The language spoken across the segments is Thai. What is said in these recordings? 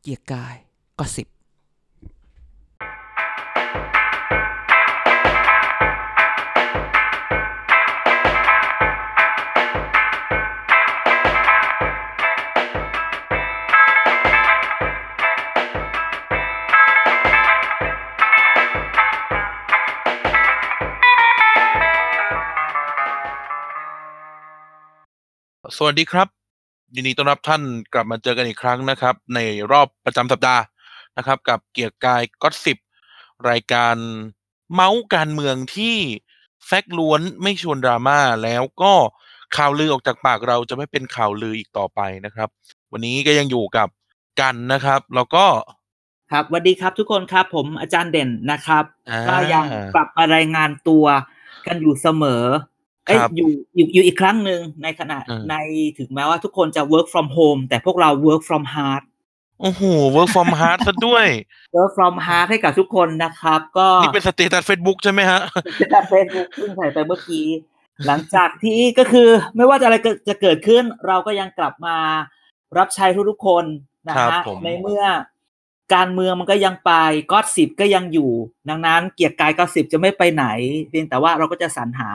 เกียร์กายก็สิบ สวัสดีครับ ยินดีต้อนรับท่านกลับมาเจอกันอีกครั้งนะครับ ในรอบประจำสัปดาห์นะครับ กับเกียรติกายก็สิบรายการเมาส์การเมืองที่แฟกต์ล้วนไม่ชวนดราม่าแล้วก็ข่าวลือออกจากปากเราจะไม่เป็นข่าวลืออีกต่อไปนะครับ วันนี้ก็ยังอยู่กับกันนะครับ แล้วก็ ครับสวัสดีครับทุกคนครับ ผมอาจารย์เด่นนะครับ อ่า ก็ยังกลับมารายงานตัวกันอยู่เสมอเอ้ย ครับ อยู่อยู่อยู่อีกครั้งหนึ่งในขณะ อืม ในถึงแม้ว่าทุกคนจะ work from home แต่พวกเรา work from heart โอ้โห work from heart ซะด้วย work from heart ให้กับทุกคนนะครับ ก็ นี่เป็นสเตตัส Facebook ใช่ไหมฮะ จะเฟซบุ๊กขึ้นใส่ไปเมื่อกี้ หลังจากที่ก็คือไม่ว่าจะอะไรเกิดจะเกิดขึ้น เราก็ยังกลับมารับใช้ทุกๆคนนะครับ ฮะ ผม ในเมื่อการเมืองมันก็ยังไปก็สิบก็ยังอยู่ ดังนั้นเกียรติกายก็สิบจะไม่ไปไหน เพียงแต่ว่าเราก็จะสรรหา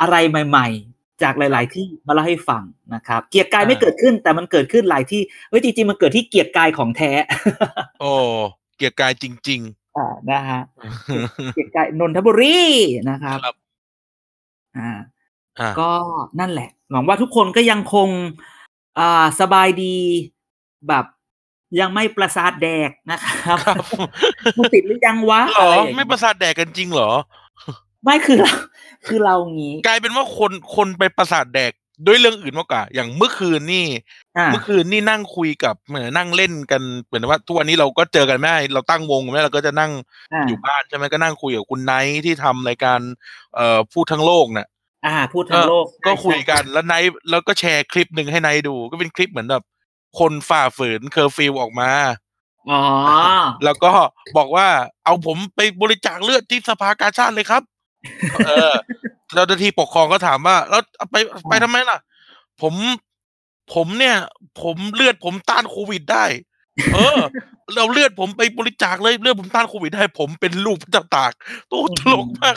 อะไรใหม่ ๆ จากหลาย ๆ ที่มาเล่าให้ฟังนะครับ เกียรติกายไม่เกิดขึ้น แต่มันเกิดขึ้นหลายที่เฮ้ยจริงๆมันเกิดที่เกียรติกายของแท้ โอ้เกียรติกายจริง อ่านะฮะ ๆ เกียรติกายนนทบุรีนะครับ ครับ อ่า อ่า ก็นั่นแหละ หวังว่าทุกคนก็ยังคงอ่าสบายดีแบบยังไม่ประสาทแดกนะครับ ครับ มันติดหรือยังวะ หรอ อะไรอย่างงี้ ไม่ประสาทแดกกันจริงเหรอ ไม่คือเราคือเรางี้ กลายเป็นว่าคนคนไปประสาทแดกด้วยเรื่องอื่นมากกว่า อย่างเมื่อคืนนี่ อ่า เมื่อคืนนี่นั่งคุยกับเหมือนนั่งเล่นกันเหมือนว่าทุกวันนี้เราก็เจอกันไม่ได้เราตั้งวงไม่ได้เราก็จะนั่ง อ่า อยู่บ้านใช่ไหมก็นั่งคุยกับคุณไนท์ที่ทำรายการเอ่อพูดทั้งโลกน่ะ อ่า พูดทั้งโลก ก็คุยกันแล้วไนท์แล้วก็แชร์คลิปหนึ่งให้ไนท์ดู ก็เป็นคลิปเหมือนแบบคนฝ่าฝืนเคอร์ฟิวออกมา อ๋อ แล้วก็บอกว่าเอาผมไปบริจาคเลือดที่สภากาชาติเลยครับ เออแล้วเจ้าหน้าที่ปกครองก็ถามว่า แล้วเอาไปไปทำไมล่ะ ผมผมเนี่ย ผมเลือดผมต้านโควิดได้ เออ เราเลือดผมไปบริจาคเลยเลือดผมต้านโควิดได้ ผมเป็นลูกพระเจ้าตากโอ้ตลกมาก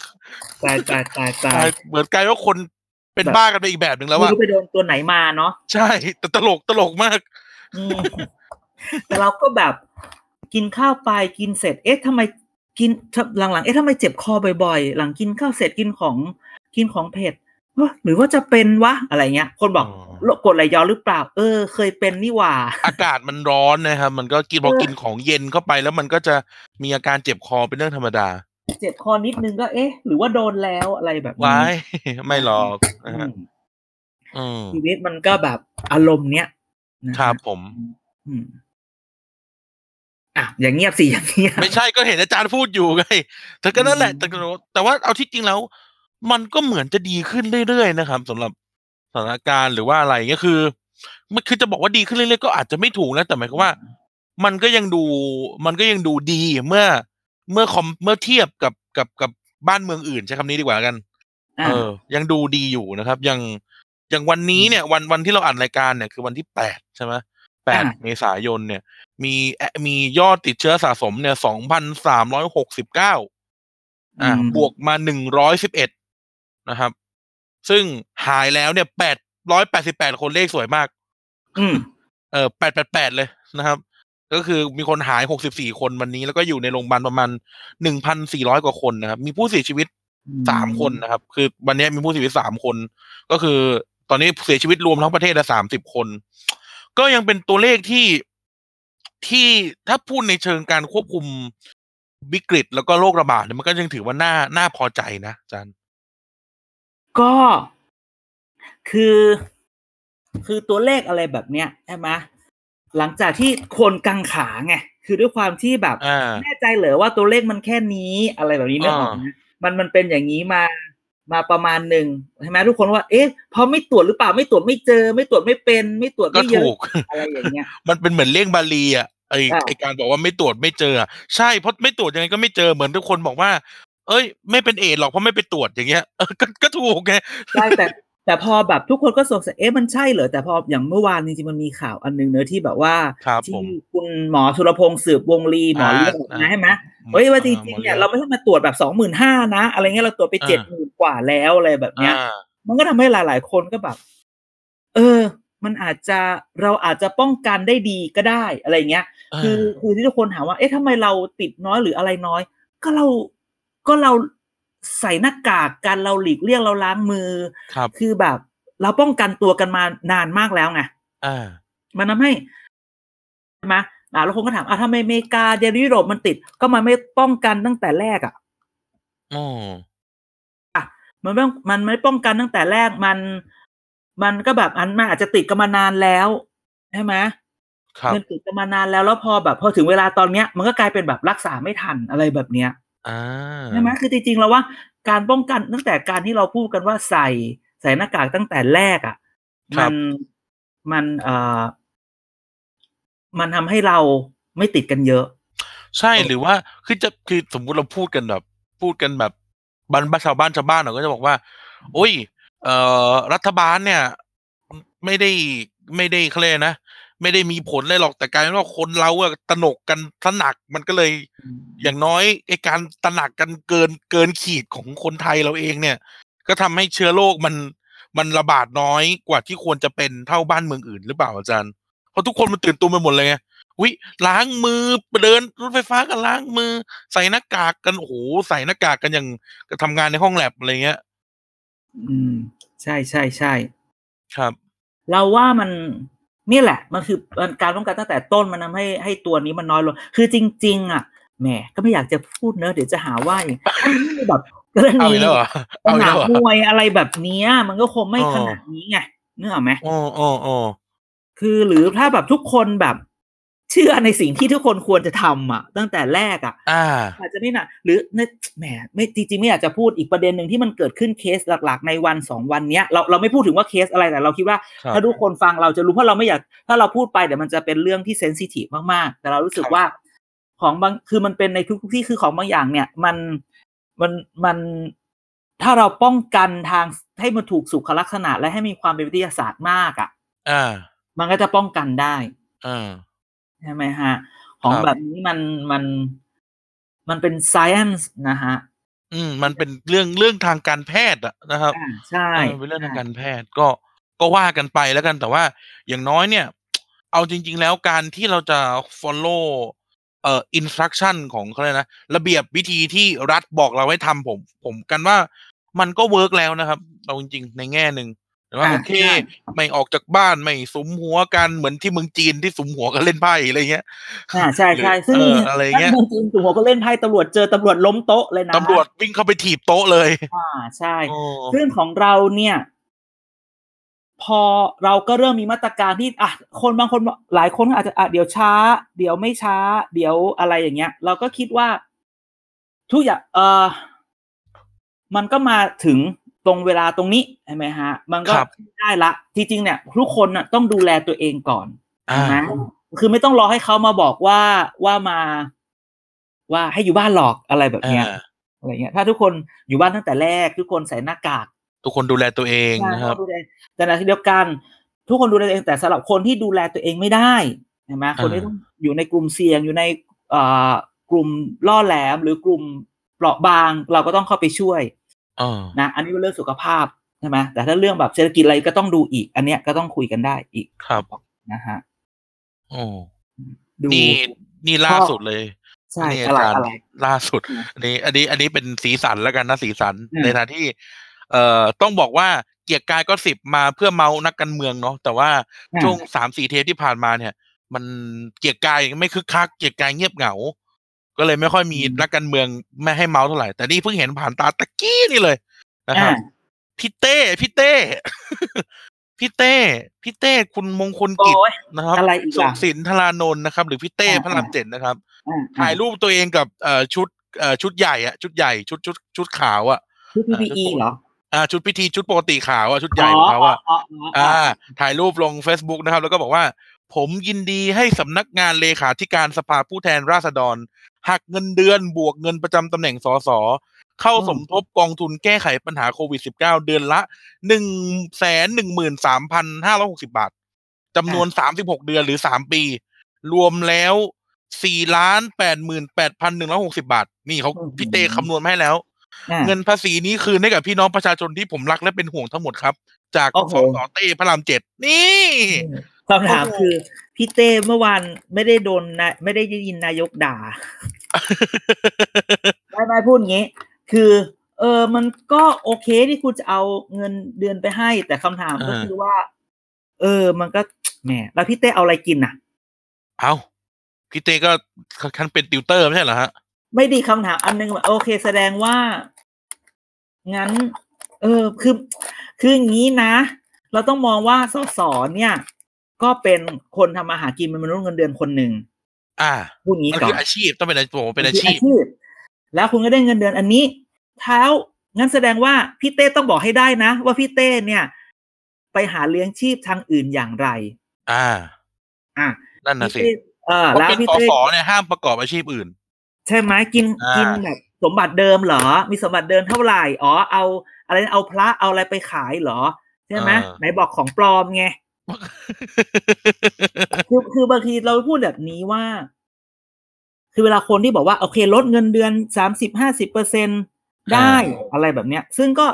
ตายตายตายตาย เหมือนกลายว่าคนเป็น แบบ บ้ากันไปอีกแบบหนึ่งแล้ว ไม่ ว่า รู้ไปโดนตัวไหนมาเนาะ ใช่แต่ตลกตลกมาก อืมแต่เราก็แบบกินข้าวไปกินเสร็จ เอ๊ะทำไมกินหลังๆเอ๊ะทำไมเจ็บคอบ่อยๆ หลังกินข้าวเสร็จกินของกินของเผ็ดเฮ้ยหรือว่าจะเป็นวะอะไรเงี้ย คนบอก อ๋อ โรคกรดไหลย้อนหรือเปล่า เออ เคยเป็นนี่หว่า อากาศมันร้อนนะครับ มันก็กินพอกินของเย็นเข้าไปแล้วมันก็จะมีอาการเจ็บคอเป็นเรื่องธรรมดา เจ็บคอนิดนึงก็เอ๊ะ หรือว่าโดนแล้วอะไรแบบนี้ ว้าย ไม่หรอก อื นะฮะ ม อืม ชีวิตมันก็แบบอารมณ์เนี้ยนะฮะ ครับผม อืมอ่ะอย่างเงียบสิอย่างเงียบ ไม่ใช่ก็เห็นอาจารย์พูดอยู่ไงแต่ก็นั่นแหละ อืม แต่ก็แต่ว่าเอาที่จริงแล้ว มันก็เหมือนจะดีขึ้นเรื่อยๆนะครับสำหรับสถานการณ์หรือว่าอะไรเงี้ยคือมันคือจะบอกว่าดีขึ้นเรื่อยๆก็อาจจะไม่ถูกนะแต่หมายความว่า มันก็ยังดู มันก็ยังดูดีเมื่อ เมื่อคอมเมื่อเทียบกับกับกับบ้านเมืองอื่นใช้คำนี้ดีกว่ากัน อ่ะ เออ ยังดูดีอยู่นะครับ ยังยังวันนี้เนี่ย วันวันที่เราอัดรายการเนี่ยคือวันที่แปดใช่ไหมแปด อ่า เมษายนเนี่ย มีแอะมียอดติดเชื้อสะสมเนี่ยสองพันสามร้อยหกสิบเก้าอ่า ม บวกมาหนึ่งร้อยสิบเอ็ดนะครับ ซึ่งหายแล้วเนี่ยแปดร้อยแปดสิบแปดคนเลขสวยมาก อืม เออแปดแปดแปดเลยนะครับ ก็คือมีคนหายหกสิบสี่คนวันนี้ แล้วก็อยู่ในโรงพยาบาลประมาณหนึ่งพันสี่ร้อยกว่าคนนะครับ มีผู้เสียชีวิต สามคนนะครับ คือวันนี้มีผู้เสียชีวิตสามคน ก็คือ ตอนนี้เสียชีวิตรวมทั้งประเทศละสามสิบคน ก็ยังเป็นตัวเลขที่ที่ถ้าพูดในเชิงการควบคุมวิกฤตแล้วก็โรคระบาดเนี่ยมันก็ยังถือว่าน่าน่าพอใจนะอาจัน ก็คือ คือตัวเลขอะไรแบบเนี้ยใช่ไหมหลังจากที่คนกังขาไงคือด้วยความที่แบบ อ่า แน่ใจเหรอว่าตัวเลขมันแค่นี้อะไรแบบนี้เนกออกไหมมันมันเป็นอย่างนี้มามาประมาณหนึ่งใช่ไหมทุกคนว่า เอ๊ะเพราะไม่ตรวจหรือเปล่าไม่ตรวจไม่เจอ ไม่ตรวจไม่เป็น ไม่ตรวจ ก็ ไม่เย ถู อะ ก อะไรอย่างเงี้ย มันเป็นเหมือนเลขบาลีอ่ะไอ อ่า ไอการบอกว่าไม่ตรวจไม่เจออะใช่เพราะไม่ตรวจยังไงก็ไม่เจอเหมือนทุกคนบอกว่า เอ้ย ไม่เป็นเอดส์หรอกเพราะไม่ไปตรวจอย่างเงี้ยเออก็ก็ถูกไง ใช่แต่ แต่พอแบบทุกคนก็สงสัยเอ๊ะมันใช่เหรอแต่พออย่างเมื่อวานจริงๆมันมีข่าวอันหนึงเนอะที่แบบว่า ครับ ที่ ผม คุณหมอสุรพงษ์สืบวงลีหมอเลือด อ่า นะใช่ไหมเฮ้ยว่าจริงๆเนี่ยเราไม่ได้มาตรวจแบบสองหมื่นห้านะ อะไรเงี้ยเราตรวจไป อ่า เจ็ดหมื่นกว่าแล้วอะไรแบบเนี้ย อ่า มันก็ทำให้หลาย ๆ คนก็แบบ เออ มันอาจจะเราอาจจะป้องกันได้ดีก็ได้อะไรเงี้ย คือคือที่ทุกคนถามว่า เอ๊ะทำไมเราติดน้อยหรืออะไรน้อย ก็เราก็เราใส่หน้ากากกันเราหลีกเลี่ยงเราล้างมือ ครับ คือแบบ เราป้องกันตัวกันมานานมากแล้วไง อ่า มันทำให้ใช่ไหมอ่ะแล้วคนก็ถามอ่ะทำไมอเมริกาเดนยุโรปมันติด ก็มันไม่ป้องกันตั้งแต่แรกอ่ะ อ๋อ มันไม่มันไม่ป้องกันตั้งแต่แรกมัน มันก็แบบอันมันอาจจะติดกันมานานแล้วใช่ไหม ครับ มันติดกันมานานแล้วแล้วพอแบบพอถึงเวลาตอนเนี้ย มันก็กลายเป็นแบบรักษาไม่ทันอะไรแบบเนี้ย อ่า ใช่ไหมคือจริงๆแล้วว่าการป้องกันตั้งแต่การที่เราพูดกันว่าใส่ใส่หน้ากากตั้งแต่แรกอ่ะ ค มั รับ นมันเอ่อมันทำให้เราไม่ติดกันเยอะ ใช่ เออ หรือว่าคือจะคือสมมุติเราพูดกันแบบ พูดกันแบบบ้านชาวบ้านชาวบ้านเราก็จะบอกว่า โอ้ย เอ่อรัฐบาลเนี่ย ไม่ได้ไม่ได้เคลนะ ไม่ได้มีผลเลยหรอกแต่กลายเป็นว่าคนเราอะตระหนกกันตระหนักมันก็เลย อย่างน้อยไอการตระหนักกันเกินเกินขีดของคนไทยเราเองเนี่ย ก็ทำให้เชื้อโรคมันมันระบาดน้อยกว่าที่ควรจะเป็นเท่าบ้านเมืองอื่นหรือเปล่าอาจารย์เพราะทุกคนมันตื่นตัวไปหมดเลยไงวิล้างมือเดินรถไฟฟ้ากันล้างมือ ใส่หน้ากากกันโอ้โหใส่หน้ากากกันอย่างทำงานในห้องแลบอะไรเงี้ย อืม ใช่ใช่ใช่ ครับ เราว่ามันนี่แหละ มันคือมันการป้องกันตั้งแต่ต้นมันทำให้ให้ตัวนี้มันน้อยลง คือจริง ๆ อ่ะแหมก็ไม่อยากจะพูดเนอะเดี๋ยวจะหาว่าอย่างถ้ามันไม่มีแบบกร เอา ณี อีกแล้วเหรอ ส เอาอีก นา แล้วเหรมอ มวยอะไรแบบเนี้ย มันก็คงไม่ อ๋อ ขนาดนี้ไงนึกออกไหม อ๋ออ๋ออ๋อ คือหรือถ้าแบบทุกคนแบบ เชื่อในสิ่งที่ทุกคนควรจะทำอ่ะ ตั้งแต่แรกอ่ะ อ่า อาจจะไม่หนักหรือในแหมไม่จริงๆไม่อยากจะพูดอีกประเด็นหนึ่งที่มันเกิดขึ้นเคสหลัก ๆ ในวันสองวันเนี้ยเราเราไม่พูดถึงว่าเคสอะไรแต่เราคิดว่า ครับ ถ้าทุกคนฟังเราจะรู้เพราะเราไม่อยาก ถ้าเราพูดไปเดี๋ยวมันจะเป็นเรื่องที่เซนซิทีฟมากๆ แต่เรารู้สึก ครับ ว่าของบางคือมันเป็นในทุกๆที่คือของบางอย่างเนี่ย มันมันมันถ้าเราป้องกันทางให้มันถูกสุขลักษณะ และให้มีความเป็นวิทยาศาสตร์มากอะ่ะ อ่า มันก็จะป้องกันได้ อ่า ใช่ไหมฮะ ของ ครับ แบบนี้มันมันมันเป็น science นะฮะ อืมมันเป็นเรื่องเรื่องทางการแพทย์อะนะครับ อ่าใช่ เออเป็นเรื่องทางการแพทย์ก็ก็ว่ากันไปแล้วกันแต่ว่าอย่างน้อยเนี่ย เอาจริง ๆ แล้วการที่เราจะ follow เอ่อ instruction ของเขาเลยกนะ ระเบียบวิธีที่รัฐบอกเราให้ทำผม ผมกันว่ามันก็เวิร์กแล้วนะครับ เอาจริง ๆ ในแง่หนึ่งแต่ว่า ะ โอเค ใช่ ไม่ออกจากบ้านไม่สุมหัวกันเหมือนที่เมืองจีนที่สุมหัวกันเล่นไพ่อะไรเงี้ย อ่าใช่ ใช่ซึ่ง เอออะไรเงี้ย ท่านจริงๆถูกหัวก็เล่นไพ่ตำรวจเจอตำรวจล้มโต๊ะเลยนะ ตำรวจวิ่งเข้าไปถีบโต๊ะเลย อ่าใช่ โอ้ ซึ่งของเราเนี่ย พอเราก็เริ่มมีมาตรการที่อ่ะคนบางคนบอกหลายคนอาจจะอ่ะเดี๋ยวช้า เดี๋ยวไม่ช้า เดี๋ยวอะไรอย่างเงี้ย เราก็คิดว่า ทุกอย่างเออมันก็มาถึงตรงเวลาตรงนี้ใช่ไหมฮะ มันก็ได้ละที่จริงเนี่ยทุกคนน่ะต้องดูแลตัวเองก่อน อ่า นะคือไม่ต้องรอให้เขามาบอกว่าว่ามา ว่าให้อยู่บ้านหลอกอะไรแบบเนี้ย อ่า อะไรเงี้ย ถ้าทุกคนอยู่บ้านตั้งแต่แรก ทุกคนใส่หน้ากาก ทุกคนดูแลตัวเองนะครับ ดูแลแต่ในขณะเดียวกัน ทุกคนดูแลตัวเองแต่สำหรับคนที่ดูแลตัวเองไม่ได้ใช่ไหมคนที่ต้องอยู่ในกลุ่มเสี่ยงอยู่ในเอ่อกลุ่มล่อแหลม หรือกลุ่มเปราะบาง เราก็ต้องเข้าไปช่วย อ่า นะอันนี้เป็นเรื่องสุขภาพใช่ไหมแต่ถ้าเรื่องแบบเศรษฐกิจอะไรก็ต้องดูอีก อันเนี้ยก็ต้องคุยกันได้อีก ครับ นะฮะ โอ้ ดู นี่นี่ล่าสุดเลย ใช่ นี่ อะไร จารย์ อะไร ล่าสุด อืม อันนี้อันนี้อันนี้เป็นสีสันแล้วกันนะสีสัน อืม ในทางที่ เอ่อต้องบอกว่าเกียรติกายก็สิบมาเพื่อเมานักการเมืองเนาะแต่ว่าช่วงสามสี่เทปที่ผ่านมาเนี่ย มันเกียรติกายไม่คึกคัก เกียรติกายเงียบเหงา ก็เลยไม่ค่อยมีนักการเมืองไม่ให้เมาเท่าไหร่แต่นี่เพิ่งเห็นผ่านตาตะกี้นี่เลยนะครับ พี่เต้พี่เต้ พี่เต้พี่เต้คุณมงคล โอ้ กิจ ย นะครับ อะไรอีก สุข ล่ะ สินธารานนท์นะครับ หรือพี่เต้ อ่า พระรามเจ็ดนะครับ อ่ะ ถ่ายรูปตัวเองกับเอ่อชุดเอ่อชุดใหญ่อะชุดใหญ่ชุดชุดชุดขาวอะ ชุด PPE เหรอ อ่าชุดพิธีชุดปกติขาวอะชุดใหญ่ของเขาอะ อ๋ออ๋ออ๋อ อ่า อ่า ถ่ายรูปลง Facebook นะครับ แล้วก็บอกว่า ผมยินดีให้สำนักงานเลขาธิการสภาผู้แทนราษฎรหักเงินเดือนบวกเงินประจำตำแหน่งสส เข้าสมทบกองทุนแก้ไขปัญหาโควิด -19 เดือนละหนึ่งแสนหนึ่งหมื่นสามพันห้าร้อยหกสิบาทจำนวนสามสิบหกเดือนหรือสามปี รวมแล้วสี่ล้านแปดหมื่นแปดพันหนึ่งร้อยหกสิบาท นี่เขา อืม พี่เตคำนวณมาให้แล้ว เงินภาษีนี้คืนให้กับพี่น้องประชาชนที่ผมรักและเป็นห่วงทั้งหมดครับ จาก โอ้ ส โห สเต้พระรามเจ็ดนี่ คำถามคือ พี่เต้เมื่อวานไม่ได้โดนนะไม่ได้ยินนายกด่า ไม่ไม่พูดงี้ คือ เออมันก็โอเคที่คุณจะเอาเงินเดือนไปให้ แต่คำถามก็ อ่า คือว่า เออ มันก็แหมแล้วพี่เต้เอาอะไรกินอ่ะ เอาพี่เต้ก็คันเป็นติวเตอร์ไม่ใช่เหรอฮะ ไม่ดีคำถามอันนึงแบบโอเคแสดงว่า งั้น เออคือคืออย่างนี้นะ เราต้องมองว่าสสเนี่ย ก็เป็นคนทำมาหากินเป็นมนุษย์เงินเดือนคนหนึ่ง อ่า พูดอย่างนี้ มัน ก่อ คื น ออาชีพต้องเป็นอาชีพผมว่าเป็นอา คื ชีพ แล้วคุณก็ได้เงินเดือนอันนี้เท้างั้นแสดงว่าพี่เต้ต้องบอกให้ได้นะ ว่าพี่เต้เนี่ย ไปหาเลี้ยงชีพทางอื่นอย่างไร อ่า อ่ะ นั่นนะสิ พี่เต้เออ เพราะ แล้ว เป็น พี่ ส เต้ สเนี่ยห้ามประกอบอาชีพ อื่น ใช่ไหมกิน อ่ากิ กินแบบสมบัติเดิมเหรอ มีสมบัติเดิมเท่าไหร่อ๋อเอา อะไรนะเอาพระเอาอะไรไปขายเหรอใช่ไหมไหนบอกของปลอมไง คือคือบางทีเราพูดแบบนี้ว่า คือเวลาคนที่บอกว่า โอเคลดเงินเดือนสามสิบห้าสิบเปอร์เซ็นได้อะไรแบบเนี้ย ซึ่งก็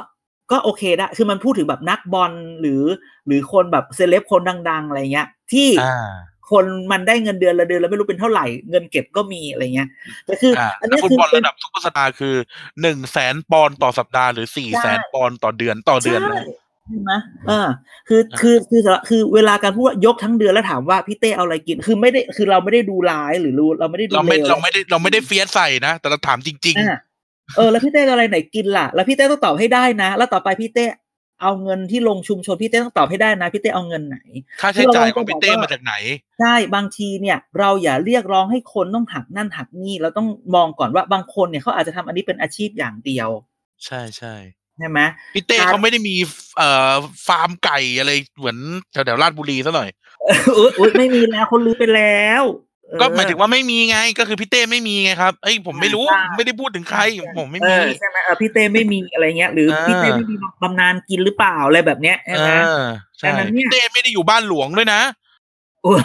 ก็โอเคได้คือมันพูดถึงแบบนักบอลหรือ หรือคนแบบเซเลบคนดัง ๆ อะไรเงี้ย ที่ อ่า คนมันได้เงินเดือนละเดือนแล้วไม่รู้เป็นเท่าไหร่ เงินเก็บก็มีอะไรเงี้ยแต่คืออ อ่า อัน นัก เนี้ย ฟุต คือบ อล เป็น ระดับซุปเปอร์สตาร์คือหนึ่งแสนปอนด์ต่อสัปดาห์หรือสี่ ใช่ แสนปอนด์ต่อเดือนต่อเดือนนะ ใช่ใช่ไหมเออ คือ คือ คือสำหรับคือ เวลาการพูดว่ายกทั้งเดือนแล้วถามว่าพี่เต้เอาอะไรกิน คือไม่ได้ คือเราไม่ได้ดูร้ายหรือรู้เราไม่ได้ดู เราไม่ ลว เราไม่ได้เราไม่ได้เฟียสใส่นะ แต่เราถามจริง อ่ะเออ แล้วพี่เต้เอาอะไรไหนกินล่ะ แล้วพี่เต้ต้องตอบให้ได้นะ แล้วต่อไปพี่เต้เอาเงินที่ลงชุมชนพี่เต้ต้องตอบให้ได้นะพี่เต้เอาเงินไหน ๆ ค่าใช้จ่ายของพี่เต้มาจากไหน ใช่บางทีเนี่ย เราอย่าเรียกร้องให้คนต้องหักนั่นหักนี่เราต้องมองก่อนว่าบางคนเนี่ยเขาอาจจะทำอันนี้เป็นอาชีพอย่างเดียว ใช่ใช่ ใช่ไหม พี่เต้ ครับ เขาไม่ได้มีเอ่อฟาร์มไก่อะไรเหมือนแถวแถวๆราชบุรีซะหน่อย อุ๊ยอุ๊ยไม่มีแล้วคนลือไปแล้วเออ ก็หมายถึงว่าไม่มีไงก็คือพี่เต้ไม่มีไงครับเอ้ยผมไม่รู้ ใช่ ไม่ได้พูดถึงใครผมไม่ เอ มี อใช่ไหมเออพี่เต้ไม่มีอะไรเงี้ย หรือ เออ พี่เต้ไม่มีบำนาญกินหรือเปล่าอะไรแบบเนี้ยใช่ เอ ไหม อใช่ ดังนั้นเนี่พี่ยเต้ไม่ได้อยู่บ้านหลวงด้วยนะ โอ้ย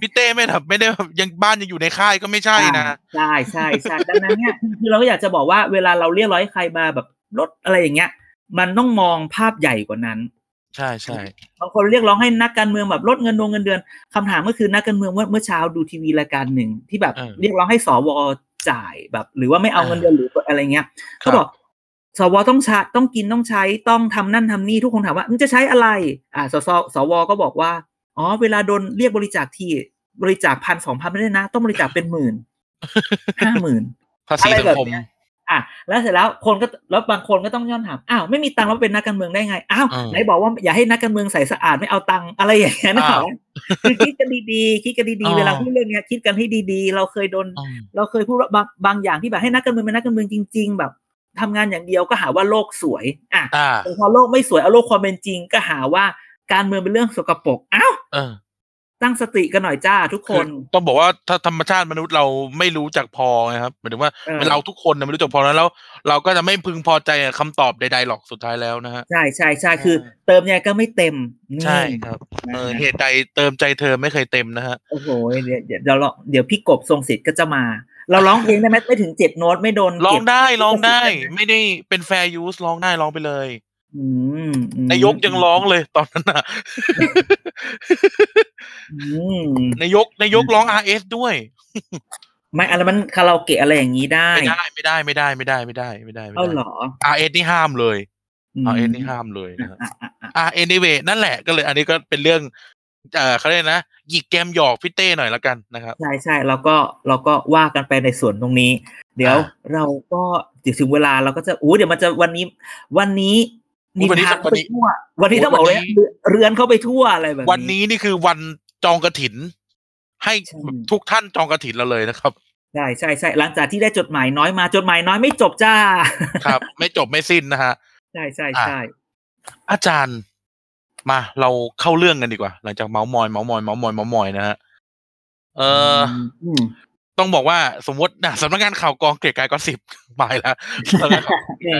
พี่เต้ไม่แบบไม่ได้แบบยังบ้านยังอยู่ในค่ายก็ไม่ใช่นะ ใช่ใช่ใช่ดังนั้นเนี่ยคือเราก็อยากจะบอกว่าเวลาเราเรียกร้องให้ใครมาแบบลดอะไรอย่างเงี้ย มันต้องมองภาพใหญ่กว่านั้น ใช่ใช่ บางคนเรียกร้องให้นักการเมืองแบบลดเงินดงเงินเดือนคำถามก็คือนักการเมืองเมื่อเมื่อเช้าดูทีวีรายการหนึ่งที่แบบเรียกร้องให้สวจ่ายแบบ หรือว่าไม่เอาเงินเดือนหรืออะไรเงี้ยเขาบอกสวต้องใช้ต้องกินต้องใช้ต้องทำนั่นทำนี่ทุกคนถามว่ามันจะใช้อะไร อ่าสสสวก็บอกว่าอ๋อเวลาโดนเรียกบริจาคทีบริจาคพันสองพันไม่ได้นะ ต้องบริจาคเป็นห มื่นห้าหมื่น ภาษีสังคม อะไรแบบเนี้ย อ่ะแล้วเสร็จแล้วคนก็แล้วบางคนก็ต้องย้อนถามอ้าวไม่มีตังค์แล้วเป็นนักการเมืองได้ไงอ้าว อ่า ไหนบอกว่าอย่าให้นักการเมืองใส่สะอาดไม่เอาตังค์อะไรอย่างเงี้ยนะค อ้าว คือคิดกันดีๆคิดกันดี อ๋ ๆ อ เวลาพูดเรื่องเนี้ยคิดกันให้ดีๆ เราเคยโดน อืม เราเคยพูดว่าบางบางอย่างที่แบบให้นักการเมืองเป็นนักการเมืองจริง ๆ แบบทำงานอย่างเดียวก็หาว่าโลกสวยอ่ะ อ่า แต่พอโลกไม่สวยเอาโลกความเป็นจริง ก็หาว่าการเมืองเป็นเรื่องสกปรกอ้าว เออ ตั้งสติกันหน่อยจ้าทุกค คือน ต้องบอกว่าถ้าธรรมชาติมนุษย์เราไม่รู้จักพอไงครับหมายถึงว่า เออ เราทุกคนน่ะไม่รู้จักพอแล้ว เราก็จะไม่พึงพอใจกับคำตอบใดๆหรอกสุดท้ายแล้วนะฮะ ใช่ใช่ใช่คือ เออ เติมยังไงก็ไม่เต็มนี่ ใช่ครับ เออเหตุใดเติมใจเธอไม่เคยเต็มนะฮะ โอ้โหเดี๋ยวเดี๋ยวเดี๋ยวเราเดี๋ยวพี่กบทรงศิษย์ก็จะมา เราร้องเพลงได้ไหมไม่ถึงเจ็ดโน้ตไม่โดน ร้อง เก็บ ได้ร้องได้ เก็บ ไม่ได้เป็นแฟร์ยูสร้องได้ร้องไปเลย อืมอืม นายกยังร้องเลยตอนนั้น น่ะ อืม นายกนายกร้อง RS ด้วย ไม่อะไรมันคาราโอเกะอะไรอย่างนี้ได้ ไม่ได้ไม่ได้ไม่ได้ไม่ได้ไม่ได้ไม่ได้ไม่ เอา ได้ เหรอ RS นี่ห้ามเลย ม RS นี่ห้ามเลยนะฮะ อ่ะอ่ะอ่ะ อ่า anyway นั่นแหละก็เลย อันนี้ก็เป็นเรื่อง เอ่อเขาเรียกนะหยิกแกมหยอกพี่เต้หน่อยละกันนะครับ ใช่ใช่แล้วก็เราก็ว่ากันไปในส่วนตรงนี้ เดี๋ยว อ่ะ เราก็เดี๋ยวถึงเวลาเราก็จะอู้เดี๋ยวมันจะวันนี้ วันนี้ อุ๊ยวันนี้ ทา วันนี้ ไปทั่ว วันนี้ อุ๊ย ต้องบอกเลย วันนี้ เรือนเข้าไปทั่วอะไรแบบ วันนี้นี่คือวันจองกระถิน ให้ ใช่ ทุกท่านจองกระถินเราเลยนะครับ ใช่ใช่ใช่หลังจากที่ได้จดหมายน้อยมาจดหมายน้อยไม่จบจ้า ครับ ไม่จบไม่สิ้นนะฮะ ใช่ใช่ อ่ะ ใช่ อาจารย์มาเราเข้าเรื่องกันดีกว่า หลังจากเมาส์มอยเมาส์มอยเมาส์มอยเมาส์มอยนะฮะเอออ มอืม ต้องบอกว่าสมมตินะสำนักงานข่าวกองเกลียดกายก็สิบ ไปแล้วสำนักข่าว นี่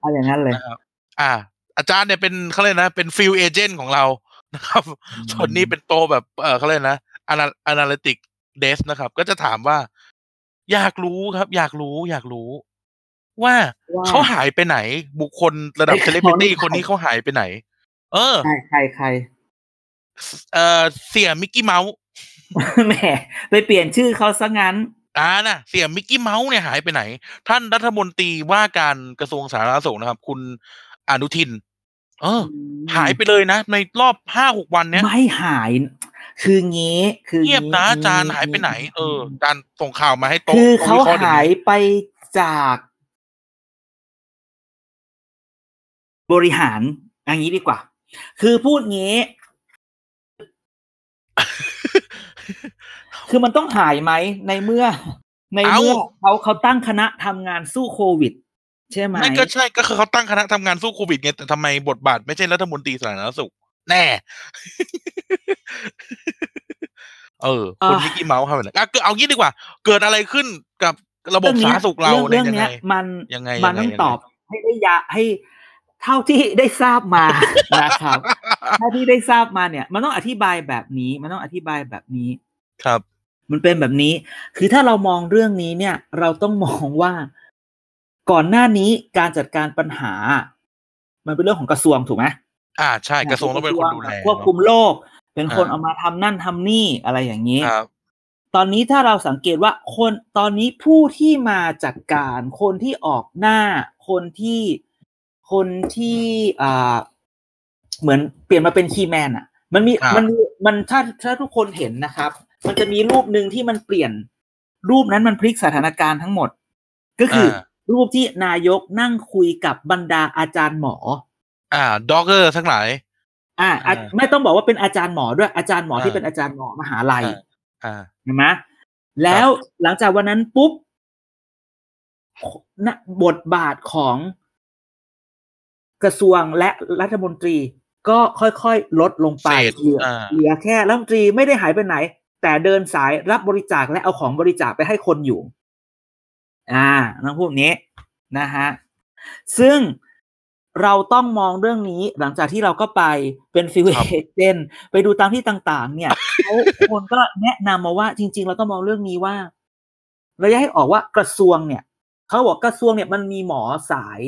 เอาอย่างนั้นเลย นะครับอ่า อาจารย์เนี่ยเป็นเขาเรียกนะ เป็นฟิลเอเจนต์ของเรานะครับ ส่วนนี้เป็นโตแบบเออเขาเรียกนะอนาอนาลิติกเดสนะครับ ก็จะถามว่า อยากรู้ครับ อยากรู้ อยากรู้ ว่า ว่ เขาหายไปไหน บุคคลระดับเซเลบริ ตี้คนนี้เขาหายไปไหน เออ ใครใครใคร เออเสี่ยมิกกี้เมาส์ แหมไปเปลี่ยนชื่อเขาซะงั้น อ่านะเสี่ยมิกกี้เมาส์เนี่ยหายไปไหน ท่านรัฐมนตรีว่าการกระทรวงสาธารณสุขนะครับ คุณอนุทิน เออ หายไปเลยนะ ในรอบห้าหกวันเนี้ย ไม่หาย คืองี้ คือ เงียบนะอาจารย์หายไปไหน เอออาจารย์ส่งข่าวมาให้โต๊ะ คือเขา โต๊ะวิคระห์ดี๋ว หาย นี้ ไปจาก บริหารอย่างนี้ดีกว่า คือพูด งี้ คือมันต้องหายไหมในเมื่อ ในเมื่อเขาเขาตั้งคณะทำงานสู้โควิด ใช่ไหม ไม่ก็ใช่ก็คือเขาตั้งคณะทำงานสู้โควิดไงแต่ทำไมบทบาทไม่ใช่รัฐมนตรีสาธารณสุข แน่ เออคุณ อ่า มิกกี้เมาส์ครับเนี่ยอ่ะเกิดเอางี้ดีกว่า เกิดอะไรขึ้นกับระบบสาธารณสุขเราเนี่ เรื่ ย อง ยังไง เนี้ยมัน ยังไง มันต้อยังงไง ตอบให้ได้ยาให้เท่าที่ได้ทราบมา นะครับเท่าที่ได้ทราบมาเนี่ย มันต้องอธิบายแบบนี้มันต้องอธิบายแบบนี้ ครับ มันเป็นแบบนี้ คือถ้าเรามองเรื่องนี้เนี่ย เราต้องมองว่าก่อนหน้านี้การจัดการปัญหา มันเป็นเรื่องของกระทรวงถูกไหม อ่าใช่กระทรวงต้องเป็นคนดูแล ควบคุมโรคเป็นคน อ่า เอามาทำนั่นทำนี่อะไรอย่างนี้ ครับ ตอนนี้ถ้าเราสังเกตว่าคนตอนนี้ผู้ที่มาจัดการ คนที่ออกหน้า คนที่คนที่อ่าเหมือนเปลี่ยนมาเป็นคีย์แมนอ่ะ มันมี ครับ มันมีมันถ้าถ้าทุกคนเห็นนะครับ มันจะมีรูปหนึ่งที่มันเปลี่ยน รูปนั้นมันพลิกสถานการณ์ทั้งหมด ก็คืออรูปที่นายกนั่งคุยกับบรรดาอาจารย์หมอ อ่าด็อกเกอร์ทั้งหลาย อ่าอ่ะ อ่า ไม่ต้องบอกว่าเป็นอาจารย์หมอด้วยอาจารย์หมอที่ อ่า เป็นอาจารย์หมอมหาลัย อ่า เห็นไหมแล้วหลังจากวันนั้นปุ๊บนะบทบาทของกระทรวงและรัฐมนตรีก็ค่อยๆ ลดลงไป เฟด เหลืออา เหลือแค่รัฐมนตรีไม่ได้หายไปไหน แต่เดินสายรับบริจาคและเอาของบริจาคไปให้คนอยู่ อ่าน้องพวกนี้นะฮะ ซึ่งเราต้องมองเรื่องนี้หลังจากที่เราก็ไปเป็นฟิว ครับ เอเจนไปดูตามที่ต่าง ๆ เนี่ย เขาคนก็แนะนำมาว่าจริง ๆ เราต้องมองเรื่องนี้ว่า เราอยากให้ออกว่ากระทรวงเนี่ย เขาบอกกระทรวงเนี่ยมันมีหมอสาย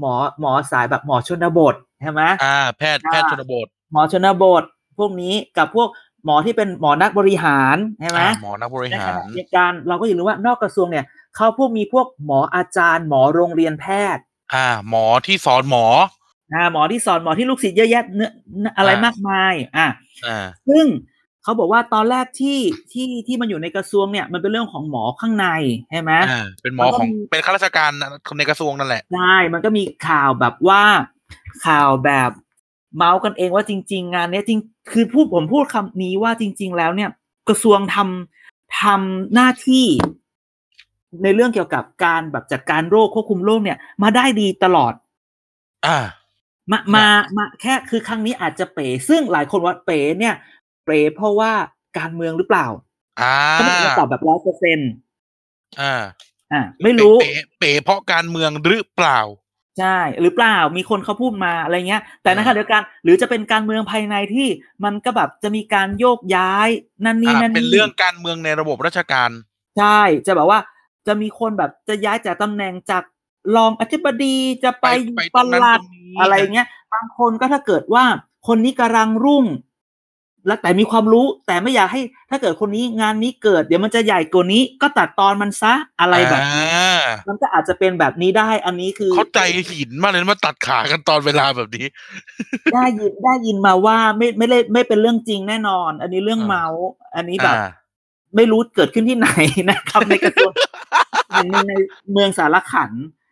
หมอหมอสายแบบหมอชนบทใช่ไหม อ่า แพทย์แพทย์ชนบท หมอชนบท พวกนี้กับพวกหมอที่เป็นหมอนักบริหารใช่ไหม อ่าหมอนักบริ ใน หา ขณะ ร เดียวกันเราก็อย่าลืมว่านอกกระทรวงเนี่ยเขาพวกมีพวกหมออาจารย์ หมอโรงเรียนแพทย์ อ่า หมอที่สอนหมอ อ่าหมอที่สอนหมอที่ลูกศิษย์เยอะแยะเนื้ออะไร อ่าม มากมายอ่า อ่า ซึ่งเขาบอกว่าตอนแรกที่ที่ที่มันอยู่ในกระทรวงเนี่ยมันเป็นเรื่องของหมอข้างในใช่ไหม อ่าเป็นหมอของ มันก็มี เป็นข้าราชการในกระทรวงนั่นแหละ ใช่มันก็มีข่าวแบบว่าข่าวแบบเมาส์กันเองว่าจริง ๆ งานเนี้ยจริงคือพูดผมพูดคำนี้ว่าจริง ๆ แล้วเนี่ย กระทรวงทำทำหน้าที่ในเรื่องเกี่ยวกับการแบบจัดการโรคควบคุมโรคเนี่ย มาได้ดีตลอด อ่า มา ครับ มามาแค่คือครั้งนี้อาจจะเป๋ ซึ่งหลายคนว่าเป๋เนี่ย เป๋เพราะว่าการเมืองหรือเปล่า อ่า เขาไม่ได้ตอบแบบร้อยเปอร์เซ็นต์ อ่า อ่าไม่รู้ เป๋เป๋เพราะการเมืองหรือเปล่า ใช่หรือเปล่ามีคนเขาพูดมาอะไรเงี้ย แต่ อืม นะคะเดียวกันหรือจะเป็นการเมืองภายในที่มันก็แบบจะมีการโยกย้ายนั่นนี่ อ่า นั่น เป็น นี่ เรื่องการเมืองในระบบราชการ ใช่จะแบบว่าจะมีคนแบบจะย้ายจากตำแหน่งจากรองอธิบดีจะไป ไป อยู่ ไปตปรงนั้น ลัด ตรงนี้ อะไรเงี้ยบางคนก็ถ้าเกิดว่าคนนี้กำลังรุ่ง แล้วแต่มีความรู้แต่ไม่อยากให้ ถ้าเกิดคนนี้งานนี้เกิด เดี๋ยวมันจะใหญ่กว่านี้ก็ตัดตอนมันซะอะไรแบบนี้ อ่า มันก็อาจจะเป็นแบบนี้ได้อันนี้คือ เข้าใจหินมากเลยนะมาตัดขากันตอนเวลาแบบนี้ ได้ยินได้ยินมาว่าไม่ไม่ได้ไม่เป็นเรื่องจริงแน่นอน อันนี้เรื่อง อ่า เมาส์อันนี้แบบ อ่า ไม่รู้เกิดขึ้นที่ไหนนะครับ ในกระทรวง แห่งหนึ่งในเมืองสารขัน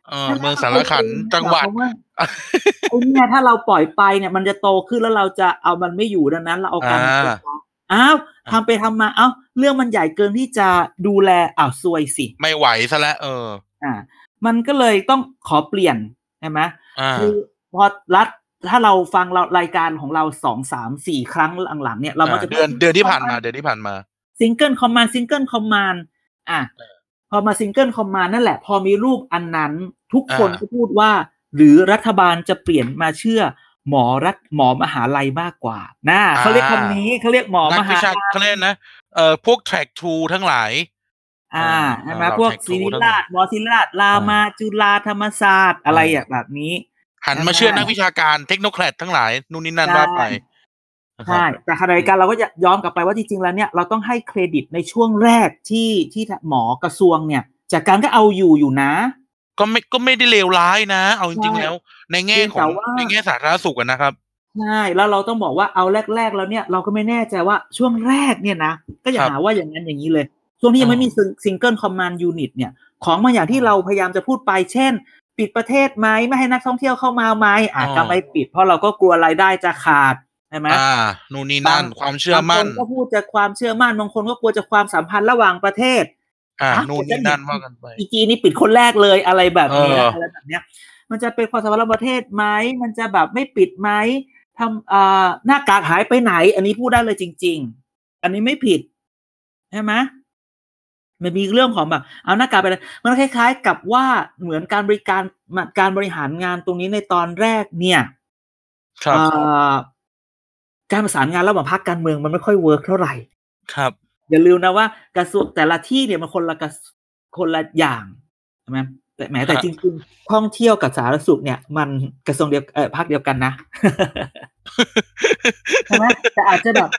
เออเมืองสารขันจังหวัด เพราะว่าไอ้เนี่ยถ้าเราปล่อยไปเนี่ย มันจะโตขึ้นแล้วเราจะเอามันไม่อยู่ดังนั้น เราเอาการ อ่า ปกครองอ้าวทำไปทำมาเอ้าเรื่องมันใหญ่เกินที่จะดูแลอ้าวซวยสิ ไม่ไหวซะแล้วเออ อ่า มันก็เลยต้องขอเปลี่ยนใช่ไหม อ่า คือพอรัฐถ้าเราฟังเรารายการของเราสองสามสี่ครั้งหลังๆเนี่ยเรามักจะ เดือนเดือนที่ผ่านมา เดือนที่ผ่านมา ซิงเกิลคอมมานซิงเกิลคอมมาน อ่ะพอมาซิงเกิลคอมมานด์นั่นแหละ พอมีรูปอันนั้นทุกคน อ่า ก็พูดว่า หรือรัฐบาลจะเปลี่ยนมาเชื่อ หมอรัฐหมอมหาลัยมากกว่านะเขาเรียกคำนี้เขาเรียกหมอ นั ม ก หา วิชา ลัย เขาเรียกนะเอ่อพวกแทร็กทูทั้งหลาย อ่า อ่า ใช่ไหม เราแท็ก พวก ทู ศิริ ทั้งหมด ราชหมอศิริราชรามาจุฬาธรรมศาสตร์อะไร อ่า อย่างแบบนี้ หันมา ใช่ เชื่อนักวิชาการเทคโนแครดทั้งหลายนู่นนี่นั่นว่าไปนะครับ ใช่แต่ขณะเดียวกันเราก็จะย้อนกลับไปว่าจริงๆแล้วเนี่ยเราต้องให้เครดิตในช่วงแรกที่ที่หมอกระทรวงเนี่ยจากการก็เอาอยู่อยู่นะ ก็ไม่ก็ไม่ได้เลวร้ายนะ เอาจริงๆ ใช่ แล้ว ในแง่ข เพียงแต่ อง ว่า ในแง่สาธารณสุขอะนะครับ ใช่แล้วเราต้องบอกว่าเอาแรก ๆ แล้วเนี่ยเราก็ไม่แน่ใจว่าช่วงแรกเนี่ยนะก็อย่า ครับ หาว่าอย่างนั้นอย่างนี้เลย ช่วงที่ยังไม่มีซิงเกิลคอมมานด์ยูนิตเนี่ย ของบางอย่างที่เราพยายามจะพูดไป เช่น ปิดประเทศไหมไม่ให้นักท่องเที่ยวเข้ามาไหมอ่ะ อ่า ก็ไม่ปิด เพราะเราก็กลัวรายได้จะขาดใช่ไหม อ่านู่นนี่นั่น บาง ความเชื่อมั่น บางคนก็พูดจากความเชื่อมั่นบางคนก็กลัวจากความสัมพันธ์ระหว่างประเทศ อ่า อ่ะ นู่น จะ นี่ เห็น นั่นว่ากันไป อีจีนี่ปิดคนแรกเลยอะไรแบบเนี้ย เอออ อะไรแบบเนี้ย มันจะเป็นความสัมพันธ์ระหว่างประเทศไหมมันจะแบบไม่ปิดไหมทำอ่าหน้ากากหายไปไหน อันนี้พูดได้เลยจริง ๆ อันนี้ไม่ผิดใช่ไหมมันมีเรื่องของแบบ เอาหน้ากากไปไหนมันคล้าย ๆ กับว่าเหมือนการบริการการบริหารงานตรงนี้ในตอนแรกเนี่ย ครับ อ่าการประสานงานระหว่างพรรคการเมืองมันไม่ค่อยเวิร์กเท่าไหร่ ครับ อย่าลืมนะว่ากระทรวงแต่ละที่เนี่ยมันคนละกระคนละอย่างใช่ไหมแต่แหมแต่ ฮะ จริงๆท่องเที่ยวกับสาธารณสุขเนี่ย มันกระทรวงเดียวเออภาคเดียวกันนะ ใช่ไหมแต่อาจจะแบบ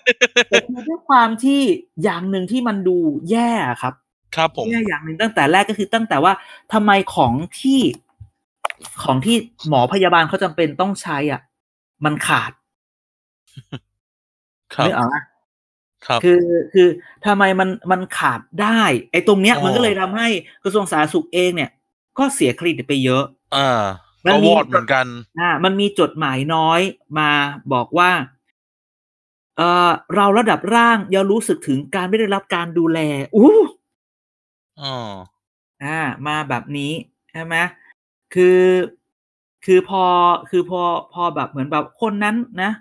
แต่คือด้วยความที่อย่างหนึ่งที่มันดูแย่ครับ ครับผม แย่อย่างหนึ่งตั้งแต่แรกก็คือตั้งแต่ว่าทำไมของที่ของที่หมอพยาบาลเขาจำเป็นต้องใช้อ่ะ มันขาด ครับ นึกออกไหม ครับ คือคือทำไมมันมันขาดได้ ไอ้ตรงเนี้ย อ๋อ มันก็เลยทำให้กระทรวงสาธารณสุขเองเนี่ย ก็เสียเครดิตไปเยอะ อ่า มัน ก็ มี วอดเหมือนกัน อ่ามันมีจดหมายน้อยมาบอกว่าเออเราระดับร่างยังรู้สึกถึงการไม่ได้รับการดูแลอู้ อ๋อ อ่า มาแบบนี้ใช่ไหมคือคือพอคือพอพอแบบเหมือนแบบคนนั้นนะ